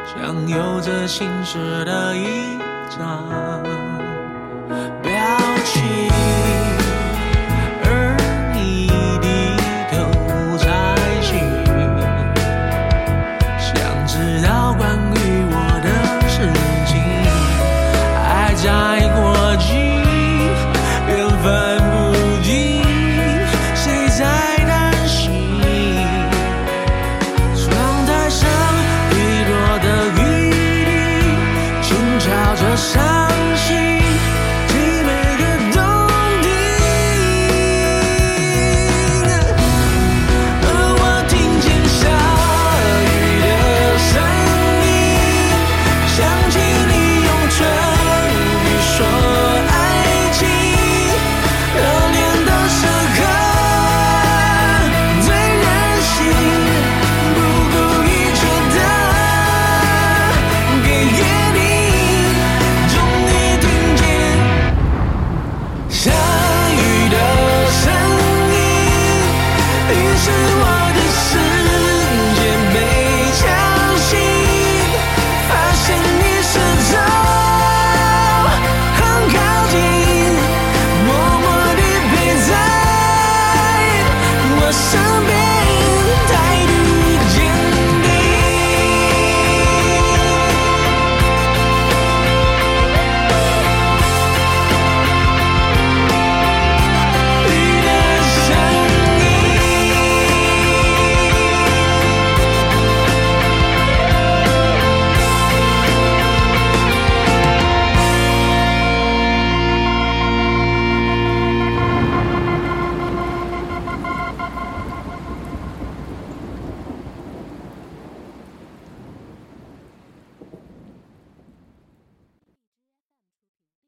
Speaker 5: 像有着心事的一张表情，而你低头才醒，想知道关于我的事情。爱在过境，缘分不定，着伤